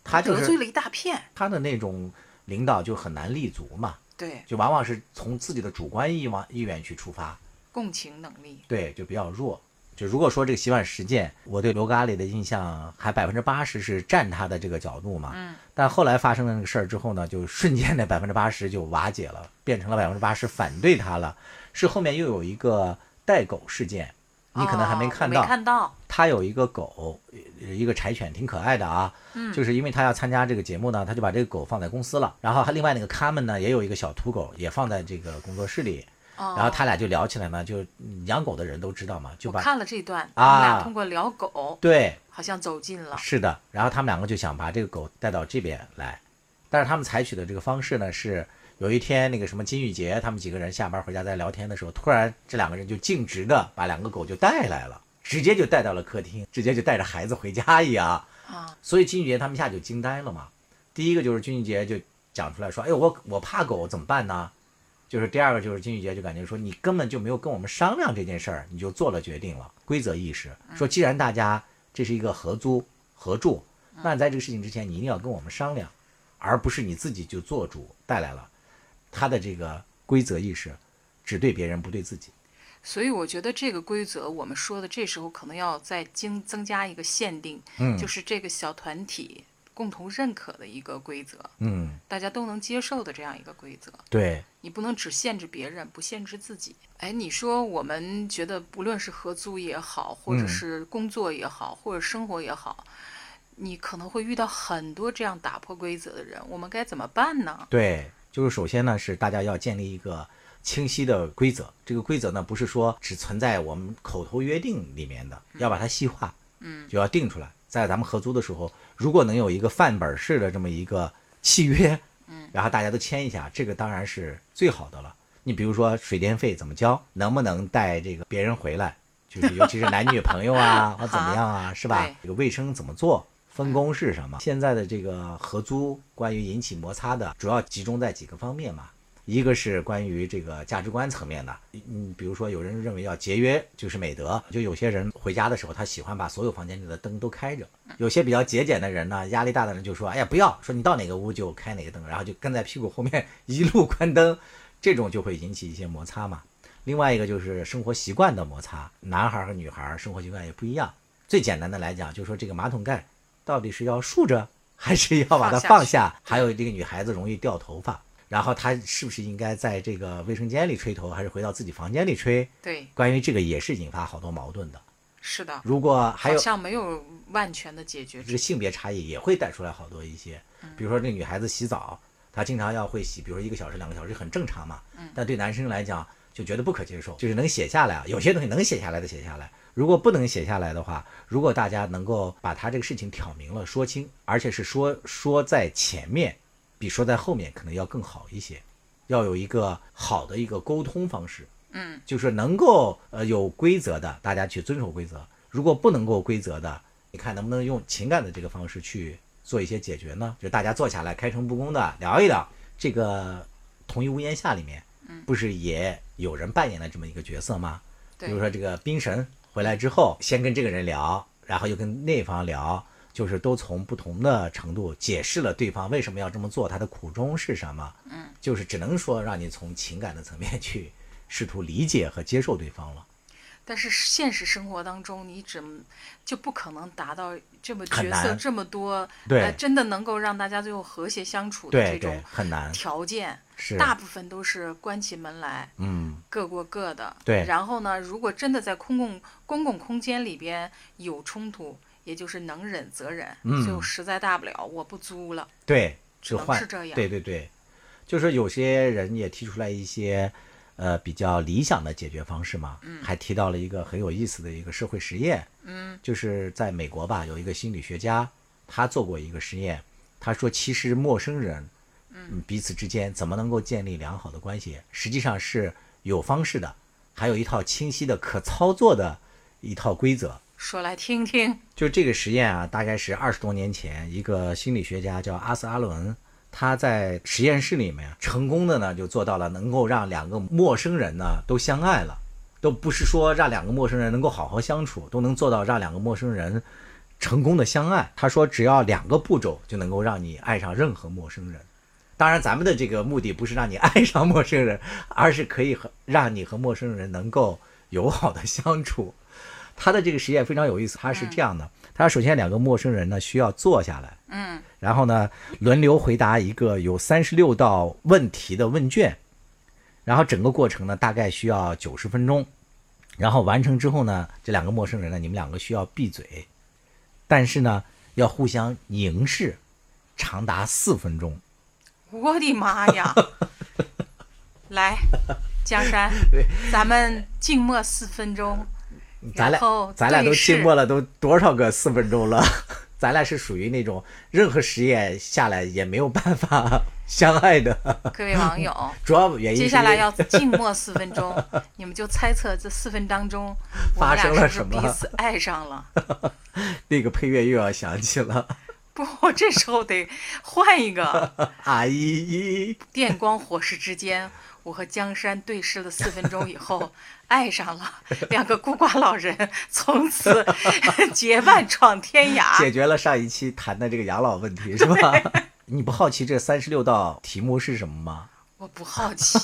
他就
得罪
是
了一大片。
他的那种领导就很难立足嘛，
对，
就往往是从自己的主观意望意愿去出发，
共情能力，
对，就比较弱。就如果说这个洗碗实践，我对刘咖喱的印象还百分之八十是站他的这个角度嘛，
嗯，
但后来发生了那个事儿之后呢，就瞬间的百分之八十就瓦解了，变成了百分之八十反对他了。是后面又有一个带狗事件，你可能还
哦
没
我
看
没
到，
看到，
他有一个狗，呃一个柴犬，挺可爱的啊。嗯，就是因为他要参加这个节目呢，他就把这个狗放在公司了。然后他另外那个卡门呢，也有一个小土狗，也放在这个工作室里。
然
然后他俩就聊起来呢，就嗯养狗的人都知道嘛，就
我
把
看了这段，他们俩
啊
通过聊狗，
对，
好像走近了。
是的。然后他们两个就想把这个狗带到这边来，但是他们采取的这个方式呢是。有一天，那个什么金玉杰他们几个人下班回家在聊天的时候，突然这两个人就径直的把两个狗就带来了，直接就带到了客厅，直接就带着孩子回家一样。
啊，
所以金玉杰他们一下就惊呆了嘛。第一个就是金玉杰就讲出来说：“哎呦，我我怕狗怎么办呢？”就是第二个就是金玉杰就感觉说你根本就没有跟我们商量这件事儿，你就做了决定了，规则意识说既然大家这是一个合租合住，那你在这个事情之前你一定要跟我们商量，而不是你自己就做主带来了他的这个规则意识。只对别人不对自己。
所以我觉得这个规则，我们说的这时候可能要再增增加一个限定，
嗯
就是这个小团体共同认可的一个规则，
嗯，
大家都能接受的这样一个规则。
对，
你不能只限制别人，不限制自己。哎，你说我们觉得，不论是合租也好，或者
嗯
是工作也好，或者生活也好，你可能会遇到很多这样打破规则的人，我们该怎么办呢？
对，就是首先呢是大家要建立一个清晰的规则，这个规则呢不是说只存在我们口头约定里面的，要把它细化，嗯，就要定出来。在咱们合租的时候，如果能有一个范本式的这么一个契约，嗯，然后大家都签一下，这个当然是最好的了。你比如说水电费怎么交，能不能带这个别人回来，就是尤其是男女朋友啊，或怎么样啊，是吧
对？
这个卫生怎么做，分工是什么？现在的这个合租，关于引起摩擦的，主要集中在几个方面嘛。一个是关于这个价值观层面的，嗯，比如说有人认为要节约就是美德，就有些人回家的时候他喜欢把所有房间里的灯都开着，有些比较节俭的人呢，压力大的人就说，哎呀不要，说你到哪个屋就开哪个灯，然后就跟在屁股后面 一路关灯，这种就会引起一些摩擦嘛。另外一个就是生活习惯的摩擦，男孩儿和女孩儿生活习惯也不一样。最简单的来讲，就是说这个马桶盖到底是要竖着还是要把它
放下
放
去
下？还有这个女孩子容易掉头发，然后她是不是应该在这个卫生间里吹头，还是回到自己房间里吹？
对，
关于这个也是引发好多矛盾的。
是的，
如果还
好
有
像没有万全的解决
这
之
个性别差异也会带出来好多一些，比如说这女孩子洗澡，她经常要会洗，比如说一个小时、两个小时，很正常嘛。但对男生来讲就觉得不可接受，就是能写下来啊，有些东西能写下来的写下来，如果不能写下来的话，如果大家能够把他这个事情挑明了、说清，而且是说说在前面，比说在后面可能要更好一些，要有一个好的一个沟通方式。
嗯，
就是能够呃有规则的，大家去遵守规则；如果不能够规则的，你看能不能用情感的这个方式去做一些解决呢？就是大家坐下来开诚布公的聊一聊，这个同一屋檐下里面，不是也有人扮演了这么一个角色吗？
对
比如说这个兵神回来之后，先跟这个人聊，然后又跟那方聊，就是都从不同的程度解释了对方为什么要这么做，他的苦衷是什么。嗯，就是只能说让你从情感的层面去试图理解和接受对方了，
但是现实生活当中，你只就不可能达到这么
很
角色
难
这么多，
对
呃，真的能够让大家最后和谐相处的
对
这
对
种，
很难，
条件，
是
大部分都是关起门来，
嗯，
各过各的。
对
然后呢，如果真的在公共公共空间里边有冲突，也就是能忍则忍，
嗯
最后实在大不了我不租了。
对，
只
就
能
换
是这样
对对对，就是有些人也提出来一些，呃，比较理想的解决方式嘛，嗯，还提到了一个很有意思的一个社会实验，嗯，就是在美国吧，有一个心理学家，他做过一个实验，他说其实陌生人，嗯，彼此之间怎么能够建立良好的关系，实际上是有方式的，还有一套清晰的可操作的一套规则，
说来听听，
就这个实验啊，大概是二十多年前，一个心理学家叫阿斯阿伦，他在实验室里面成功的呢，就做到了能够让两个陌生人呢都相爱了，都不是说让两个陌生人能够好好相处，都能做到让两个陌生人成功的相爱。他说，只要两个步骤就能够让你爱上任何陌生人。当然，咱们的这个目的不是让你爱上陌生人，而是可以和让你和陌生人能够友好的相处。他的这个实验非常有意思，他是这样的：他首先两个陌生人呢需要坐下来，
嗯，
然后呢轮流回答一个有三十六道问题的问卷，然后整个过程呢大概需要九十分钟，然后完成之后呢，这两个陌生人呢，你们两个需要闭嘴，但是呢要互相凝视，长达四分钟。
我的妈呀！来，江 山，咱们静默四分钟，
咱俩
然后
咱俩都
对视
静默了，都多少个四分钟了？ 咱俩是属于那种任何实验下来也没有办法相爱的，
各位网友。
主要原因是
接下来
因为
要静默四分钟，你们就猜测这四分当中，我
发
们
生
俩
了
是
什
不
么
是彼此爱上了？
那个配乐又要响起了，
不，我这时候得换一个。
啊依依，
电光火石之间，我和江山对视了四分钟以后，爱上了两个孤寡老人，从此 结伴闯天
解
涯。
决了上一 期谈的这个养老问题是吧？你不好奇这三十六道题目是什么吗？
我不好奇，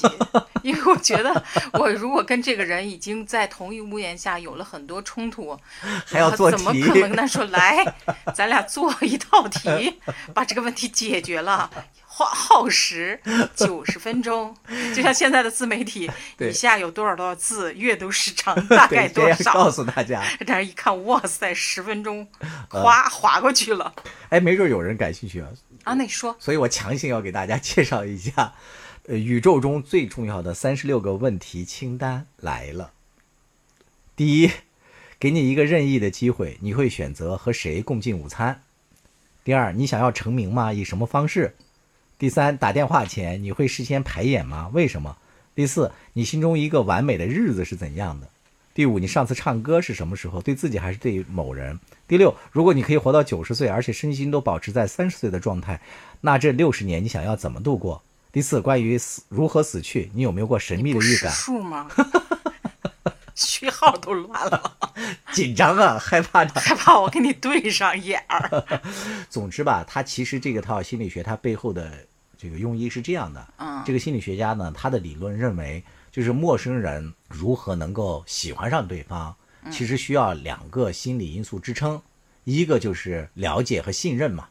因为我觉得我如果跟这个人已经在同一屋檐下有了很多冲突，
还要
我
做
怎么
题
可能跟他说来，咱俩做一道题，把这个问题解决了？耗耗时九十分钟，就像现在的自媒体，
对
以下有多少多少字，阅读时长大概
对，这
多
样告
少？
诉嗯大家。
但是一看，哇塞，十分钟，哗划过去了。
哎，没准有人感兴趣啊，
啊，那你说，
所以我强行要给大家介绍一下，呃，宇宙中最重要的三十六个问题清单来了。第一，给你一个任意的机会，你会选择和谁共进午餐？第二，你想要成名吗？以什么方式？第三，打电话前你会事先排演吗？为什么？第四，你心中一个完美的日子是怎样的？第五，你上次唱歌是什么时候？对自己还是对某人？第六，如果你可以活到九十岁，而且身心都保持在三十岁的状态，那这六十年你想要怎么度过？第四，关于死如何死去，你有没有过神秘的啊
不
预
识
感？
数吗？ 序号都乱了，
紧张啊，害怕 的。
害怕我跟你对上眼儿。
总之吧，它其实这个套心理学它背后的这个用意是这样的。
嗯
这个心理学家呢，他的理论认为，就是陌生人如何能够喜欢上对方，其实需要两个心理因素支撑，一个就是了解和信任嘛。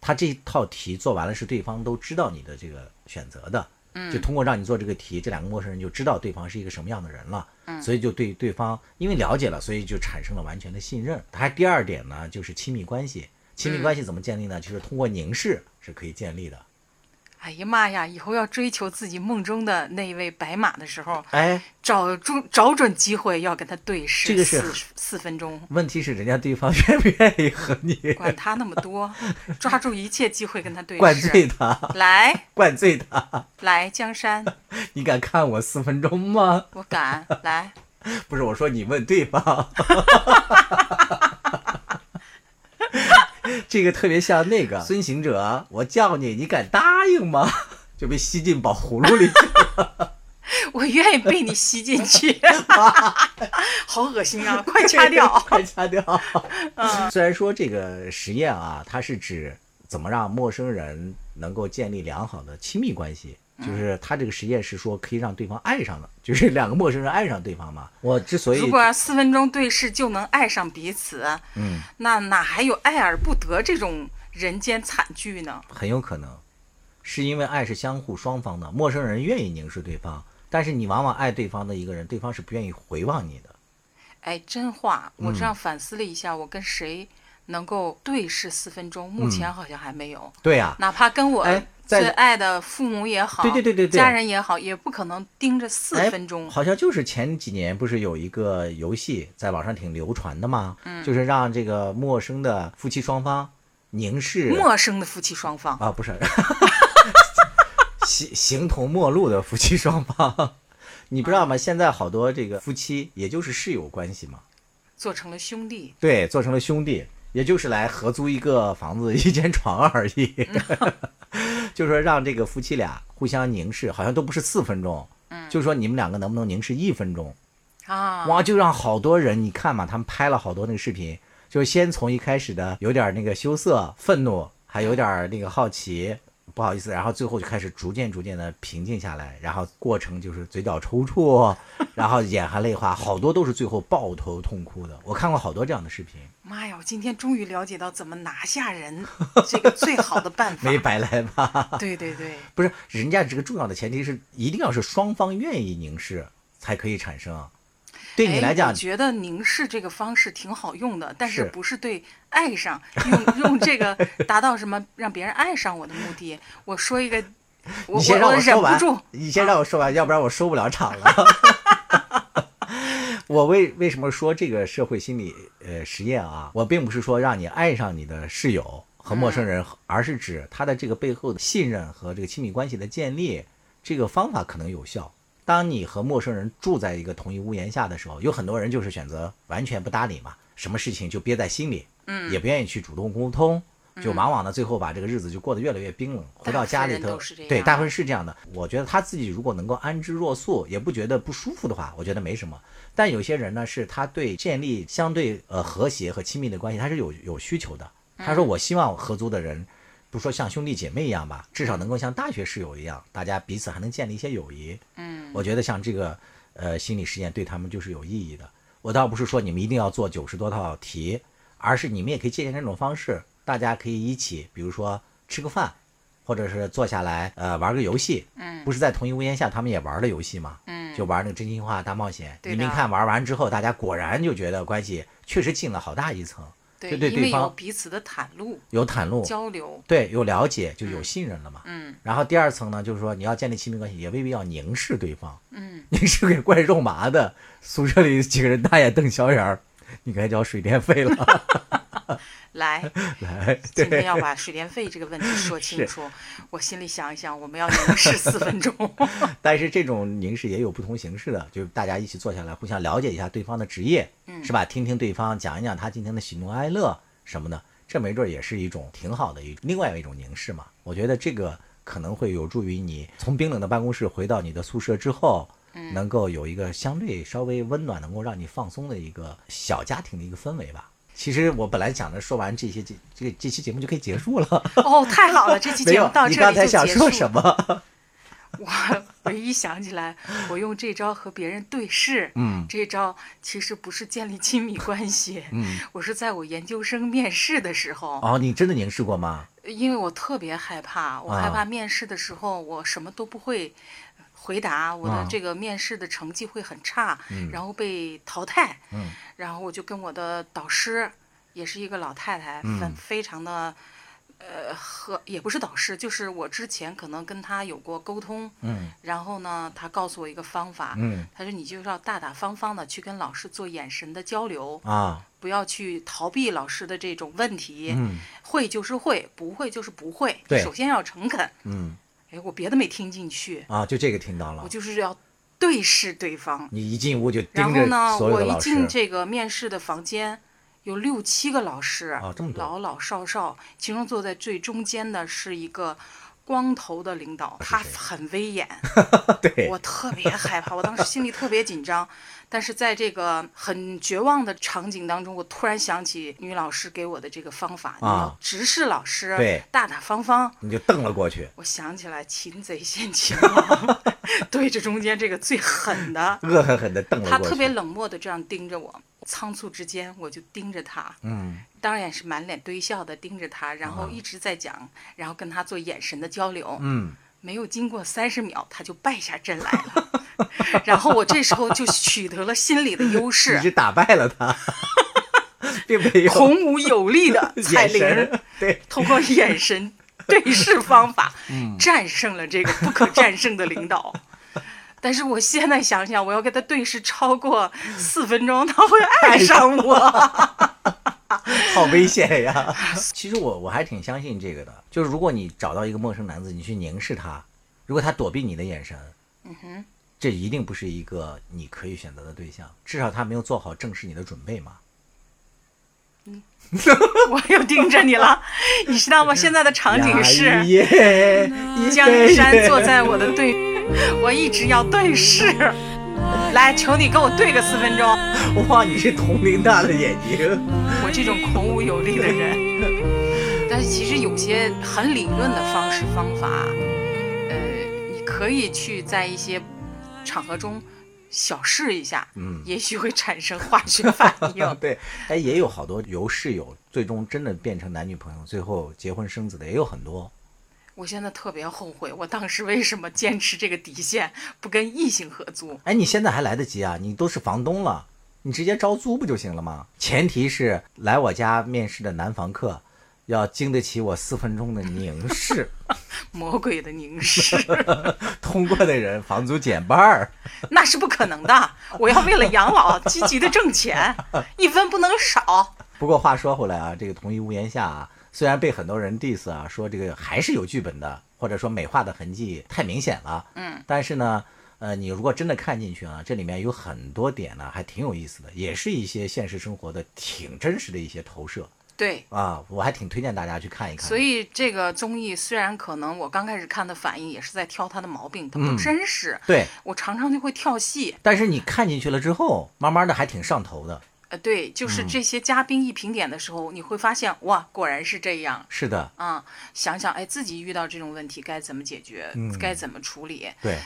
他这套题做完了，是对方都知道你的这个选择的。就通过让你做这个题，这两个陌生人就知道对方是一个什么样的人了，所以就对对方因为了解了，所以就产生了完全的信任。还第二点呢，就是亲密关系，亲密关系怎么建立呢？就是通过凝视是可以建立的。
哎呀妈呀！以后要追求自己梦中的那一位白马的时候，
哎，
找准找准机会要跟他对视，
这个是
四四分钟，
问题是人家对方 愿不愿意和你
管他那么 多，抓住一切机会跟他对
灌醉
视。
他，
来
灌醉他，
来，江山，
你敢看我四分钟吗？
我敢来。
不是，我说你问对 方。这个特别像那个孙行者，我叫你，你敢答应吗？ 就被吸进宝葫芦里去了。
我愿意被你吸进去， 好恶 心啊！快掐掉。
快 掐 掉。嗯虽然说这个实验啊，它是指怎么让陌生人能够建立良好的亲密关系。就是它这个实验是说可以让对方爱上的，就是两个陌生人爱上对方嘛。我之所以
如果四分钟对视就能爱上彼此，
嗯，
那哪还有爱而不得这种人间惨剧呢？
很有可能，是因为爱是相互双方的，陌生人愿意凝视对方，但是你往往爱对方的一个人，对方是不愿意回望你的。
哎，真话，我这
嗯
样反思了一下，我跟谁能够对视四分钟，目前好像还没有，
对呀、
哪怕跟我
嗯哎在
最爱的父母也好，
对对对对对
家人也好，也不可能盯着四
哎
分钟。
好像就是前几年不是有一个游戏在网上挺流传的吗？嗯，就是让这个陌生的夫妻双方凝视
陌生的夫妻双方，
啊，不是， 形形同陌路的夫妻双方， 你不知
啊
道吗？现在好多这个夫妻，也就是室友关系嘛，
做成了兄弟，
对，做成了兄弟，也就是来合租一个房子、一间床而已。 就说让这个夫妻俩互相凝视，好像都不是四分钟，就说你们两个能不能凝视一分钟？
啊，
哇，就让好多人，你看嘛，他们拍了好多那个视频，就先从一开始的有点那个羞涩、愤怒，还有点那个好奇。不好意思，然后最后就开始逐渐逐渐的平静下来，然后过程就是嘴角抽搐， 然后眼含泪花，好多都是最后抱头痛哭的。我看过好多这样的视频，
妈呀！我今天终于了解到怎么拿下人这个最好的办法
没。白来吧？
对对对，
不是，人家这个重要的前提是一定要是双方愿意凝视才可以产生。啊对你
哎
来讲
我，觉得凝视这个方式挺好用的，但是
是
不是对爱上用 用这个达到什么让别人爱上我的目的？我说一个，我
你先
我
让
我忍
说
不
完
住，，
你先让我说完，要不然我收不了场了。 我为为什么说这个社会心理呃实验啊？我并不是说让你爱上你的室友和陌生人，
嗯
而是指他的这个背后的信任和这个亲密关系的建立，这个方法可能有效。当你和陌生人住在一个同一屋檐下的时候，有很多人就是选择完全不搭理嘛，什么事情就憋在心里，嗯，也不愿意去主动沟通，就往往呢最后把这个日子就过得越来越冰冷。回到家里
大部分人
头
都是这，样
对，大部分是这样的。我觉得他自己如果能够安之若素，也不觉得不舒服的话，我觉得没什么。但有些人呢，是他对建立
嗯
相对呃和谐和亲密的关系，他是有有需求的。他说：“我希望合租的人不说像兄弟姐妹一样吧，至少能够像大学室友一样，大家彼此还能建立一些友谊。嗯，我觉得像这个呃心理实验对他们就是有意义的。我倒不是说你们一定要做九十多套题，而是你们也可以借鉴这种方式，大家可以一起，比如说吃个饭，或者是坐下来呃玩个游戏。嗯，不是在同一屋檐下他们也玩了游戏嘛？嗯，就玩那个真心话大冒险。
对
你们一
的
看玩完之后，大家果然就觉得关系确实近了好大一层，就对
因为
对
有
方哦
彼此的袒露、
有袒露。
交流，
对，有了解就有信任了嘛。
嗯，
然后第二层呢，就是说你要建立亲密关系，也未必要凝视对方。嗯， 凝视给怪肉麻的。宿舍里几个人大眼瞪小眼儿，你该交水电费了。
来，
来，
今天
对，
要把水电费这个问题 说清楚。我心里想一想，我们要凝视四分钟。
但是这种凝视也有不同形式的，就是大家一起坐下来，互相了解一下对方的职业，嗯、是吧？听听对方讲一讲他今天的喜怒哀乐什么的，这没准儿也是一种挺好的一另外一种凝视嘛。我觉得这个可能会有助于你从冰冷的办公室回到你的宿舍之后。
嗯
能够有一个相对稍微温暖，能够让你放松的一个小家庭的一个氛围吧。其实我本来想着说完这些这这这期节目就可以结束了，
哦，太好了，这期
没
节目
有
到
你
这
刚才
里就
想
结
说
束
什。么？
我唯一想起来，我用这招和别人对视，
嗯
这招其实不是建立亲密关系，嗯，我是在我研究生面试的时候，
哦，你真的凝视过吗？
因为我特别害怕，我
啊
害怕面试的时候我什么都不会回答，我的
啊
这个面试的成绩会很差，然后被淘汰。
嗯
然后我就跟我的导师，也是一个老太太，
嗯
非非常的。呃，和也不是导师，就是我之前可能跟她有过沟通，
嗯
然后呢，她告诉我一个方法，
嗯
她说你就是要大大方方的去跟老师做眼神的交流，
啊。
不要去逃避老师的这种问题，
嗯
会就是会，不会就是不会。
对
首先要诚恳。
嗯
哎，我别的没听进去，
啊，就这个听到
我
了。
就是要对视对方。
你一进屋就盯
然后
着
呢，
所有
我
的
一
老师
进这个面试的房间，有六七个老师，
啊，这么多
老老少少，其中坐在最中间的是一个光头的领导，他
啊谁
很威严，
对
我特别害怕，我当时心里特别紧张。但是在这个很绝望的场景当中，我突然想起女老师给我的这个方法，你要直视老师，
啊对
大大方方。
你就瞪了过去，
我想起来《擒贼先擒王》， 对着中间这个最狠的，
恶狠狠地瞪了
他
过去。
特别冷漠的这样盯着我，仓促之间我就盯着他，
嗯
当然也是满脸堆笑的盯着他，然
啊
后一直在讲，然后跟他做眼神的交流。
嗯，
没有经过三十秒，他就败下阵来了。 然后我这时候就取得了心理的优
你是
势，
打败了 他，并没有
孔武有力的彩
眼
铃儿
神， 对，
通过眼神对视方 法，
嗯
战胜了这个不可战胜的领导。 但是我现在想想，我要跟他对视超过四分钟，他会爱上我。
好危险 呀！其实我我还挺相信这个的，就是如果你找到一个陌生男子，你去凝视他，如果他躲避你的眼神，嗯哼，这一定不是一个你可以选择的对象，至少他没有做好正视你的准备嘛。
我又盯着 你了，你知道吗？现在的场景是。
呀耶
江一山坐在我的对， 我一直要对视。 来，求你跟我对个四分钟。
哇，你是铜铃大的眼 睛。
我这种孔武有力的 人，但是其实有些很理论的方式方法，呃，你可以去在一些场合中小试一下，嗯，也许会产生化学反应。
对，哎，也有好多由室友最终真的变成男女朋友，最后结婚生子的也有很多。
我现在特别后悔，我当时为什么坚持这个底线，不跟异性合租？
哎，你现在还来得及啊，你都是房东了，你直接招租不就行了吗？前提是来我家面试的男房客要经得起我四分钟的凝视，
魔鬼的凝视。
通过的人房租减半儿。
那是不可能的。我要为了养老积极的挣钱， 一分不能少。
不过话说回来啊，这个同一屋檐下啊，虽然被很多人 diss 啊，说这个还是有剧本的，或者说美化的痕迹太明显了。
嗯，
但是呢，呃，你如果真的看进去啊，这里面有很多点啊呢，还挺有意思的，也是一些现实生活的挺真实的一些投射
对，
啊，我还挺推荐大家去看一看。
所，以这个综艺虽然可能我刚开始看的反应也是在挑他的毛病，他不真实，
嗯对，
我常常就会跳戏。
但是你看进去了之后，慢慢的还挺上头的。
呃，对，就是
嗯
这些嘉宾一评点的时候，你会发现哇，果然是这样
是的，
啊、想想，哎，自己遇到这种问题该怎么解决，
嗯
该怎么处理？
对，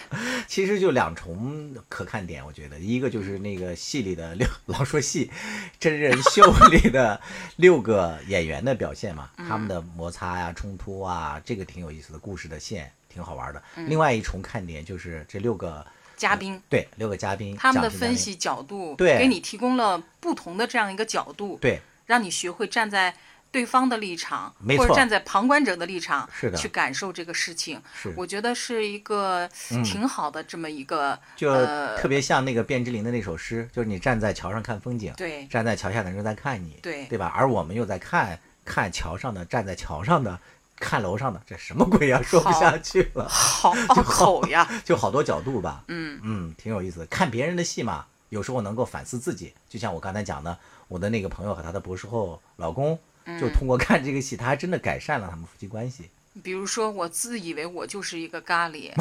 其实就两重可看点，我觉得，一个就是那个戏里的六， 老说戏，真人 秀里的六个演员的表现嘛，他们的
嗯
摩擦呀、冲突啊，这个挺有意思的，故事的线挺好玩的。
嗯
另外一重看点就是这六个
嘉宾
对六个嘉宾
他们的
讲评嘉
分
宾，
析角度，
对
给你提供了不同的这样一个角度，
对
让你学会站在对方的立场，
没
或者
错
站在旁观者的立场，
是的
去感受这个事情。
是嗯
我觉得是一个挺好的这么一个，
就
呃
特别像那个卞之琳的那首诗，就是你站在桥上看风景，
对
站在桥下的人在看你，
对
对吧？而我们又在看看桥上的，站在桥上的，看楼上的，这什么鬼呀、说不
好
下去了，
好拗口呀。
就好多角度吧。
嗯
嗯，挺有意思的。看别人的戏嘛，有时候能够反思自己。就像我刚才讲的，我的那个朋友和她的博士后老公，
嗯
就通过看这个戏，他还真的改善了他们夫妻关系。
比如说，我自以为我就是一个咖喱，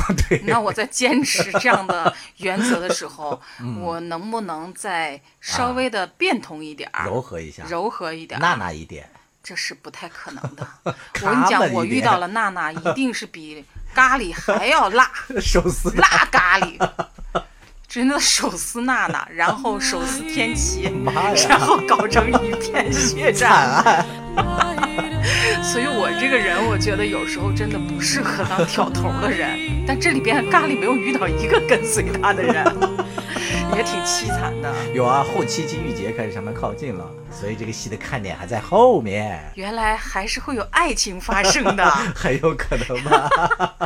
那我在坚持这样的原则的 时候，
嗯
我能不能再稍微的变通一点儿、
啊柔和一下，
啊柔和一点儿？
娜娜一点，
这是不太可能的。我
卡
跟你讲，
们
我
一
遇
点
到了娜娜，一定是比咖喱还要辣。
手撕的
辣咖喱，真的手撕娜娜，然后手撕天琪，
妈呀！
然后搞成一 片血
惨啊
战。
案，
所以我这个人，我觉得有时候真的不适合当挑头的人。但这里边咖喱没有遇到一个跟随他的人，也挺凄惨的。
有啊，后期金玉节开始向他靠近了，所以这个戏的看点还在后面，
原来还是会有爱情发生的，
很有可能吧？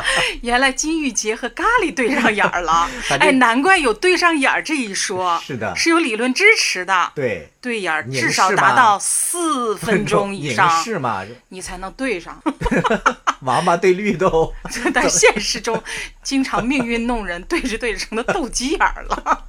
原来金玉洁和咖喱对上眼儿了
反，正
哎，难怪有对上眼儿这一说，
是的
是有理论支持的。
对，
对眼儿
凝
至少
视
达
吧
到四 分钟以上，
是嘛？
你才能对上。
王八对绿豆，
但现实中，经常命运弄人，对着对着成了斗鸡眼儿了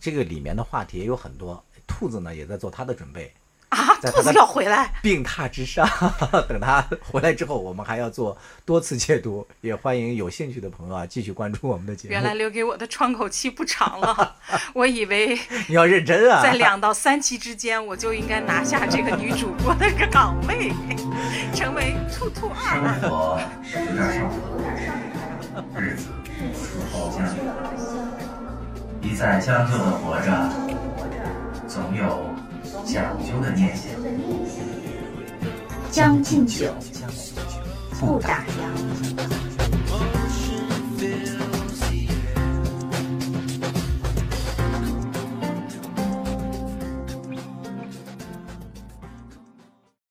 这个里面的话题也有很多。兔子呢也在做他的准备，
啊！
在
兔
他
子
的
要回来，
病榻之上， 等他回来之后，我们还要做多次解读，也欢迎有兴趣的朋友啊继续关注我们的节目。
原来留给我的窗口期不长了，我以为
你要认真啊！
在两到三期之间，我就应该拿下这个女主播的这个岗位， 成为兔兔二二。
我是生活的日子如后巷，一再将就的活着，总有讲究的念想。
将进酒，不打烊。